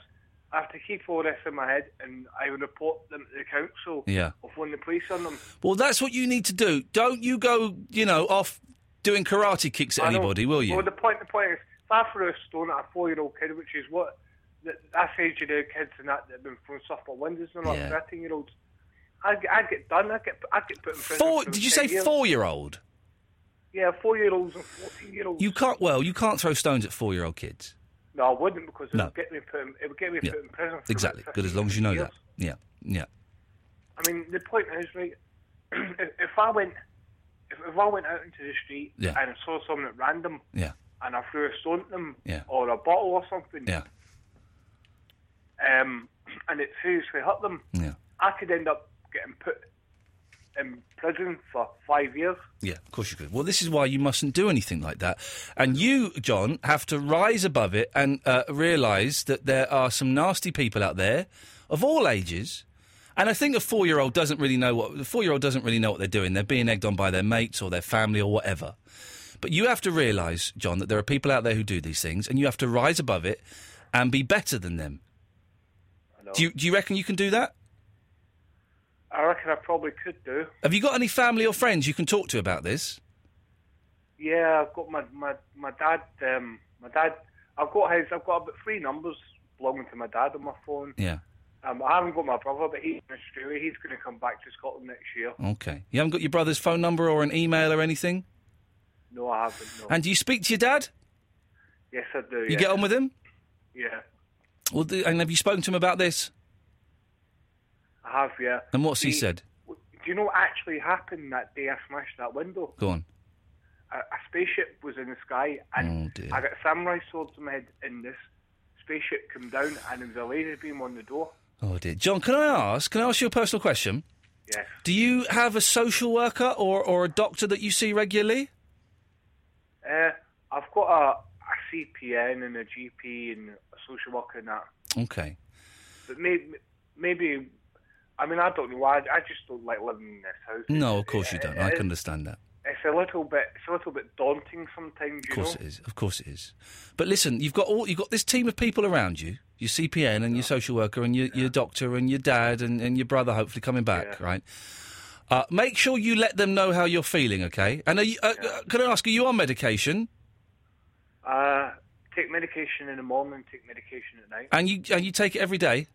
P: I have to keep all this in my head, and I would report them to the council.
A: Yeah.
P: Or phone the police on them.
A: Well, that's what you need to do. Don't you go, you know, off doing karate kicks at
P: I know.
A: anybody, will you?
P: Well, the point, the point is, if I threw a stone at a four-year-old kid, which is what that that's the age of the kids and that that have been throwing stuff at windows and all
A: Yeah.
P: that, thirteen-year-olds, I'd, get- I'd get done. I'd get, I'd get put in prison.
A: Four?
P: for
A: Did you
P: 10
A: say
P: years.
A: four-year-old?
P: Yeah, four-year-olds and fourteen-year-olds.
A: You can't. Well, you can't throw stones at four-year-old kids.
P: No, I wouldn't because it
A: No.
P: would get me put. In, it would get me
A: Yeah.
P: put in prison. For
A: Exactly.
P: about
A: Good as long as you
P: 15
A: know
P: years.
A: that. Yeah. Yeah.
P: I mean, the point is, right? if, if I went, if, if I went out into the street
A: Yeah.
P: and I saw someone at random,
A: Yeah.
P: and I threw a stone at them,
A: Yeah.
P: or a bottle or something,
A: Yeah.
P: um, and it seriously hurt them,
A: Yeah.
P: I could end up getting put in prison for five years.
A: Yeah, of course you could. Well, this is why you mustn't do anything like that. And you, John, have to rise above it and uh, realise that there are some nasty people out there of all ages. And I think a four-year-old doesn't really know what the four-year-old doesn't really know what they're doing. They're being egged on by their mates or their family or whatever. But you have to realise, John, that there are people out there who do these things, and you have to rise above it and be better than them. Do you, do you reckon you can do that?
P: I reckon I probably could do.
A: Have you got any family or friends you can talk to about this?
P: Yeah, I've got my my my dad. Um, my dad. I've got his. I've got about three numbers belonging to my dad on my phone.
A: Yeah.
P: Um, I haven't got my brother, but he's in Australia. He's going to come back to Scotland next year.
A: Okay. You haven't got your brother's phone number or an email or anything?
P: No, I haven't. No.
A: And do you speak to your dad?
P: yes, I do.
A: You
P: yeah.
A: get on with him?
P: Yeah,
A: Well, do, and have you spoken to him about this?
P: I have. Yeah.
A: And what's he
P: See,
A: said?
P: Do you know what actually happened that day I smashed that window?
A: Go on.
P: A, a spaceship was in the sky,
A: Oh,
P: and I got samurai swords in my head, and this spaceship came down, and there was a laser beam on the door.
A: Oh dear, John. Can I ask? Can I ask you a personal question?
P: Yes.
A: Do you have a social worker or, or a doctor that you see regularly?
P: Uh, I've got a, a CPN and a GP and a social worker and that,
A: Okay.
P: but maybe, maybe, I mean, I don't know. I, I just don't like living in this house.
A: No, of course you don't. I can understand that.
P: It's a little bit, it's a little bit daunting sometimes. You
A: Of course
P: know?
A: it is. Of course it is. But listen, you've got all you've got this team of people around you. Your CPN and your social worker and your, your doctor and your dad and, and your brother hopefully coming back, right? Uh, make sure you let them know how you're feeling, okay? And are you, uh, uh, can I ask, are you on medication?
P: Uh, take medication in the morning, take medication at night.
A: And you and you take it every day?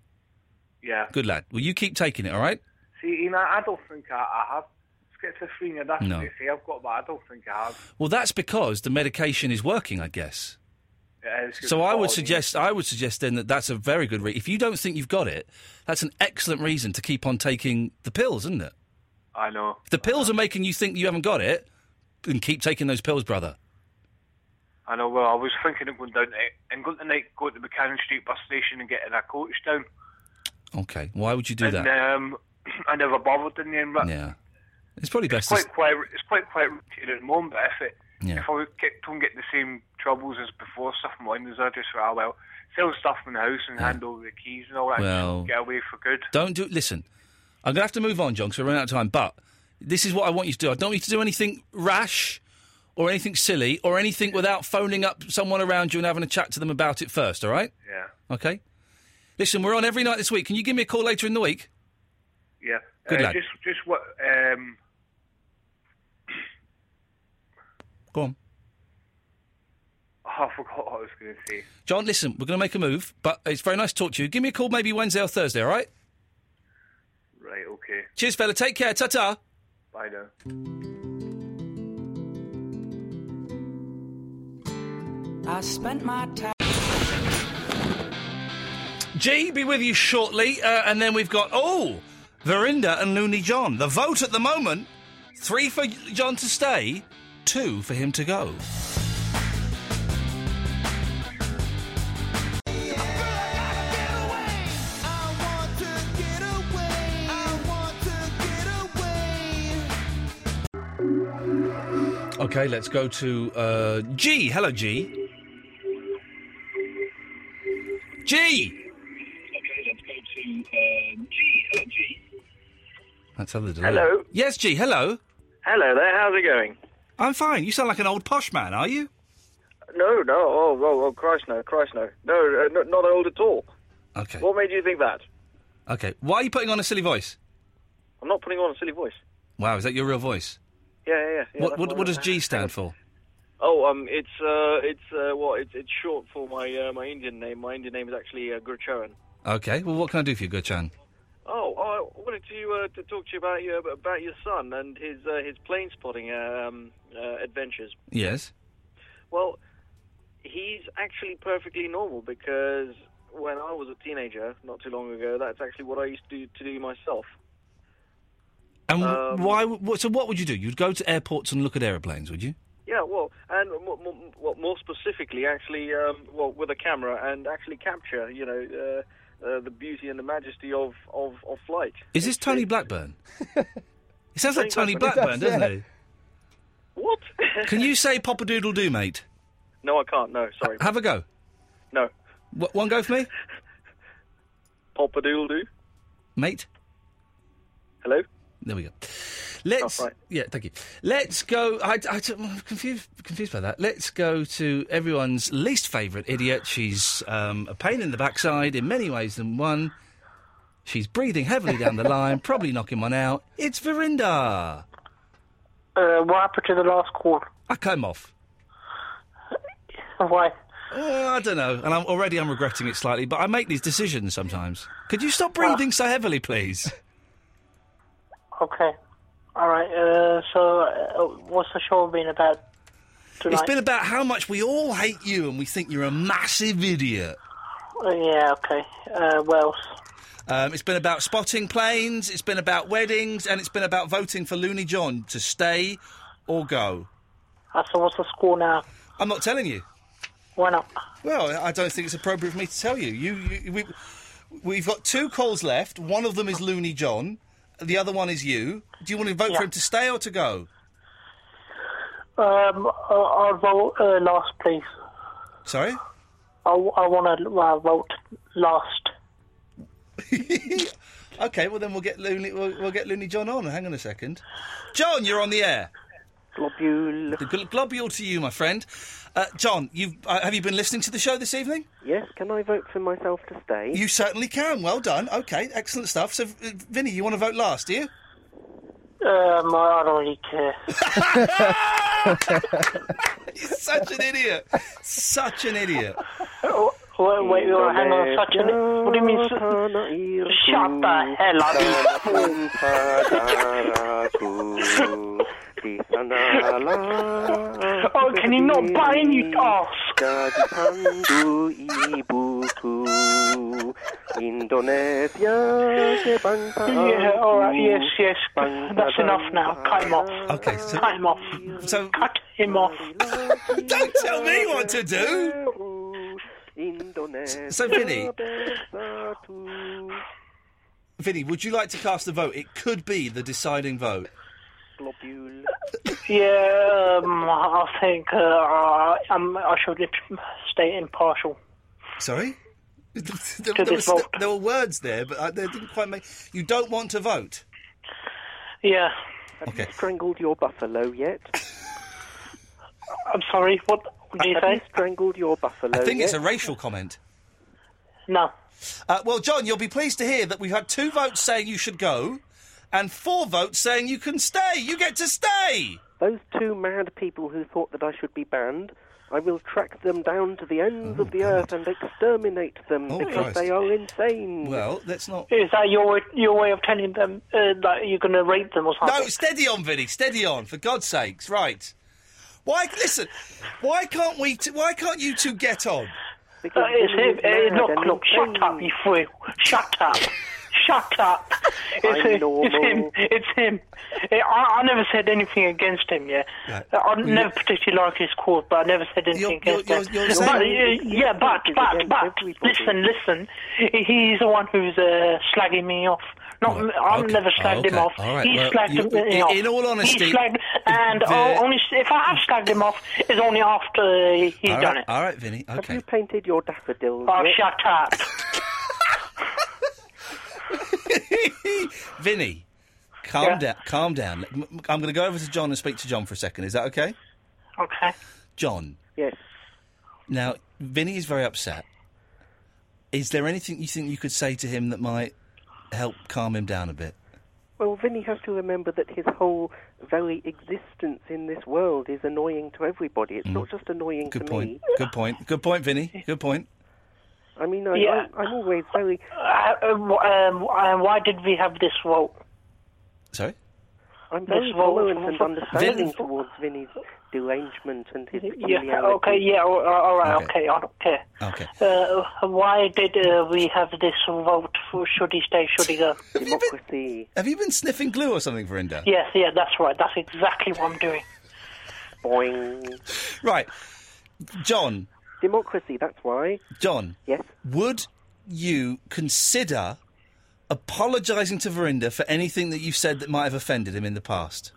P: yeah.
A: Good lad. Well, you keep taking it, all right?
P: See, you know, I don't think I, I have schizophrenia. That's
A: No.
P: what they say I've got, but I don't think I have.
A: Well, that's because the medication is working, I guess.
P: it is. 'cause
A: So I
P: it's
A: would
P: all-
A: suggest I would suggest then that that's a very good re- if you don't think you've got it, that's an excellent reason to keep on taking the pills, isn't it?
P: I know.
A: If the pills are making you think you haven't got it, then keep taking those pills, brother.
P: I know. Well, I was thinking of going down to England tonight, go to Buchanan Street bus station and getting a coach down.
A: Okay, why would you do
P: and,
A: that?
P: Um, I never bothered in the end. But
A: Yeah, it's probably best.
P: It's
A: to
P: quite quiet. It's quite quiet routine at the moment. But if it,
A: Yeah.
P: if I would keep on getting the same troubles as before, stuff in my windows, I just thought, ah, well, sell stuff in the house and hand over the keys and all that.
A: Well-
P: and get away for good.
A: Don't do. Listen, I'm gonna have to move on, John, because we're running out of time. But this is what I want you to do. I don't want you to do anything rash, or anything silly, or anything without phoning up someone around you and having a chat to them about it first. All right?
P: Yeah.
A: Okay. Listen, we're on every night this week. Can you give me a call later in the week?
P: Yeah.
A: Good
P: uh,
A: lad.
P: Just, just what? Um,
A: Go on,
P: oh, I forgot what I was going to say.
A: John. Listen, we're gonna make a move, but it's very nice to talk to you. Give me a call maybe Wednesday or Thursday. All right?
P: Right. Okay.
A: Cheers, fella. Take care. Ta ta.
P: Bye now.
N: I spent my time.
A: G, be with you shortly. Uh, and then we've got, oh, Verinda and Looney John. The vote at the moment three for John to stay, two for him to go. Okay, let's go to uh, G. Hello, G. G! That's a little.
Q: Hello.
A: Yes, G. Hello.
Q: Hello there. How's it going?
A: I'm fine. You sound like an old posh man, are you?
Q: No, no. Oh, oh, oh Christ, no, Christ, no. No, uh, no, not old at all.
A: Okay.
Q: What made you think that?
A: Okay. Why are you putting on a silly voice?
Q: I'm not putting on a silly voice.
A: Wow, is that your real voice?
Q: Yeah, yeah. yeah, yeah
A: what
Q: that's
A: what,
Q: why-
A: what does G stand for?
Q: Oh, um, it's uh, it's uh, what? It's it's short for my uh, my Indian name. My Indian name is actually uh, Gurcharan.
A: Okay. Well, what can I do for you, Gurchan?
Q: Oh, oh, I wanted to uh, to talk to you about your about your son and his uh, his plane spotting um, uh, adventures.
A: Yes.
Q: Well, he's actually perfectly normal because when I was a teenager, not too long ago, that's actually what I used to do, to do myself.
A: And
Q: Um,
A: um, why? w- What, so, what would you do? You'd go to airports and look at aeroplanes, would you?
Q: Yeah, well, and more, more, more specifically, actually, um, well, with a camera and actually capture, you know, uh, uh, the beauty and the majesty of, of, of flight.
A: Is this Tony Blackburn? it sounds like
Q: Tony
A: Tony
Q: Blackburn.
A: Blackburn, doesn't
Q: Yeah.
A: it?
Q: What?
A: Can you say "Papa Doodle Do," mate?
Q: No, I can't. No, sorry.
A: Have a go.
Q: No.
A: Wh- one go for me,
Q: Papa Doodle Doo.
A: mate.
Q: Hello.
A: There we go. Let's. Yeah, thank you. Let's go. I, I, am confused, confused by that. Let's go to everyone's least favourite idiot. She's um, a pain in the backside in many ways than one. She's breathing heavily down the line, probably knocking one out. It's Verinda.
R: Uh, what happened to the last call?
A: I came off.
R: Why?
A: Oh, I don't know. And I'm, already I'm regretting it slightly, but I make these decisions sometimes. Could you stop breathing so heavily, please?
R: Okay. All right. Uh, so, uh, what's the show been about tonight?
A: It's been about how much we all hate you and we think you're a massive idiot.
R: Uh, yeah. Okay. Uh, what else?
A: Um, it's been about spotting planes, it's been about weddings, and it's been about voting for Looney John to stay or go.
R: Uh, so, what's the score now?
A: I'm not telling you.
R: Why not?
A: Well, I don't think it's appropriate for me to tell you. You, you we, we've got two calls left. One of them is Looney John, the other one is you. Do you want to vote for him to stay or to go?
R: Um, I- I'll vote uh, last, please.
A: Sorry?
R: I, want to uh, vote last.
A: Okay, well then we'll get Looney we'll, we'll get Looney John on. Hang on a second, John, you're on the air.
Q: Globule.
A: Gl- globule to you, my friend. Uh, John, you've uh, have you been listening to the show this evening?
S: Yes, can I vote for myself to stay?
A: You certainly can. Well done. Okay, excellent stuff. So, uh, Vinny, you want to vote last, do you?
R: Um, I I don't really care.
A: You're such an idiot. Such an idiot.
R: Oh, wait, wait, wait, hang on. Such an. What do you mean? su- Shut the hell up.
F: Uh,
R: you- oh, can you not buy any? Oh,
S: Cantando ibuku Indonesia
R: Yeah, all right, yes, yes. That's enough now. Cut him off.
A: Okay, so
R: Cut him off. Cut him off.
A: Don't tell me what to do. So, Vinny, Vinny, would you like to cast a vote? It could be the deciding vote.
S: Globule.
R: Yeah, um, I I think uh, I, I'm, I should stay impartial.
A: Sorry? There,
R: To
A: there
R: this
A: was-
R: vote.
A: there were words there, but uh, they didn't quite make. You don't want to vote.
R: Yeah.
S: Have you strangled your buffalo yet?
R: I'm sorry, what do you
S: Have
R: say?
S: you strangled your buffalo
A: I think it's a
S: yet?
A: racial comment.
R: No.
A: Uh, well, John, you'll be pleased to hear that we've had two votes saying you should go, and four votes saying you can stay. You get to stay.
S: Those two mad people who thought that I should be banned, I will track them down to the ends of the earth and exterminate them
A: Oh,
S: because
A: Christ.
S: they are
R: Hmm.
S: insane.
A: Well, let's not.
R: Is that your way, your way of telling them uh, that you're going to rape them or something?
A: No, steady on, Vinny. Steady on, for God's sakes. Right. Why? Listen. Why can't we? T- why can't you two get on?
R: Uh, it's him. Uh, look, look, shut up, you fool. Shut up. Shut up. It's,
S: I'm
R: him- it's
S: normal.
R: him. It's him. Uh, I, I never said anything against him, yeah.
A: Right.
R: Uh, I
A: Well, you-
R: never particularly like his cause, but I never said anything against
A: you're-
R: him.
A: you're
R: but,
A: saying-
R: uh, yeah, but, but, but, listen, listen. He- He's the one who's uh, slagging me off. Not, m I've
A: okay.
R: never
A: Oh,
R: slagged him
A: okay.
R: off.
A: All right,
R: He
A: well,
R: slagged
A: you-
R: me
A: in-
R: off.
A: in all honesty,
R: he slagged, and
A: the-
R: I'll only if I have slagged him off, it's only after he's
A: all right,
R: done it.
A: All right, Vinny. Okay.
S: You painted your daffodils.
R: Oh,
S: yet?
R: shut up.
A: Vinny, calm
R: Yeah.
A: down. Calm down. M- m- I'm going to go over to John and speak to John for a second. Is that okay?
R: Okay.
A: John.
S: Yes.
A: Now, Vinny is very upset. Is there anything you think you could say to him that might help calm him down a bit?
S: Well, Vinny has to remember that his whole very existence in this world is annoying to everybody. It's
A: Mm.
S: not just annoying
A: Good
S: to
A: point.
S: me.
A: Good point. Good point, Vinny. Good point.
S: I mean, I,
R: Yeah.
S: I, I'm always very.
R: Uh, um, um, uh, why did we have this vote?
A: Sorry.
S: I'm very
R: Yes, well,
S: tolerant
R: well,
S: and
R: well,
S: understanding
R: Vin-
S: towards Vinny's derangement and his
R: Yeah.
S: peculiarity.
R: Okay. Yeah. All, all right. Okay. I don't care.
A: Okay.
R: Uh, why did uh, we have this vote? For should he stay? Should he go?
S: Democracy.
A: Have you been sniffing glue or something, Verinda?
R: Yes. Yeah. That's right. That's exactly what I'm doing.
S: Boing.
A: Right. John.
S: Democracy, that's why.
A: John.
S: Yes.
A: Would you consider apologising to Verinda for anything that you've said that might have offended him in the past?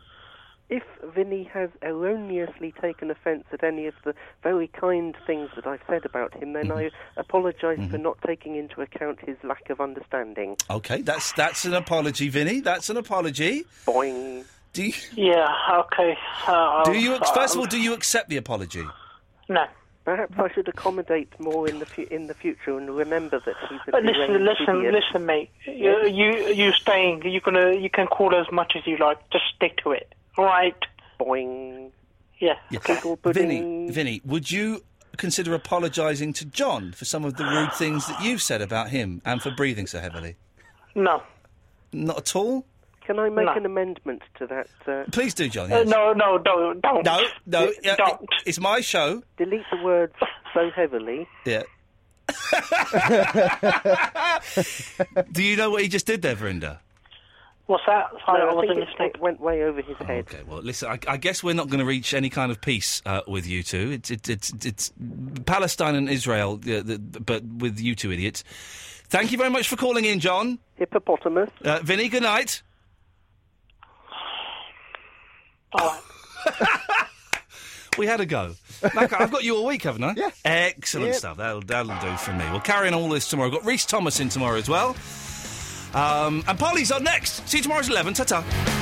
S: If Vinny has erroneously taken offence at any of the very kind things that I've said about him, then I
A: Mm-hmm.
S: apologise for not taking into account his lack of understanding.
A: Okay, that's that's an apology, Vinny. That's an apology.
S: Boing.
A: Do you,
R: Yeah. Okay. Uh,
A: do you
R: um,
A: ex- first of all do you accept the apology?
R: No.
S: Perhaps I should accommodate more in the fu- in the future and remember that he's a
R: Uh, listen.
S: deranged
R: Listen.
S: idiot.
R: Listen, mate. You, you you staying? You gonna you can call as much as you like. Just stick to it. All right.
S: Boing.
R: Yeah.
A: Vinny, Vinny, would you consider apologising to John for some of the rude things that you've said about him and for breathing so heavily?
R: No.
A: Not at all.
S: Can I make
R: No.
S: an amendment to that? Uh,
A: Please do, John.
R: Uh,
A: yes.
R: no. No. Don't. Don't.
A: No, no,
R: Uh,
A: yeah,
R: don't.
A: it's my show.
S: delete the words so heavily.
A: Yeah. do you know what he just did there, Verinda?
R: What's that? Sorry,
S: No,
R: I
S: I
R: wasn't
S: think it,
R: listening.
S: it went way over his head.
A: Oh, Okay, well, listen, I, I guess we're not going to reach any kind of peace uh, with you two. It's it's it's, it's Palestine and Israel, uh, the, but with you two idiots. Thank you very much for calling in, John.
S: Hippopotamus.
A: Uh, Vinny, good night. We had a go. Mac, I've got you all week, haven't I? Yeah. Excellent
F: Yeah.
A: stuff. That'll, that'll do for me. We'll carry on all this tomorrow. We've got Reese Thomas in tomorrow as well. Um, and Polly's on next. See you tomorrow at 11. Ta ta.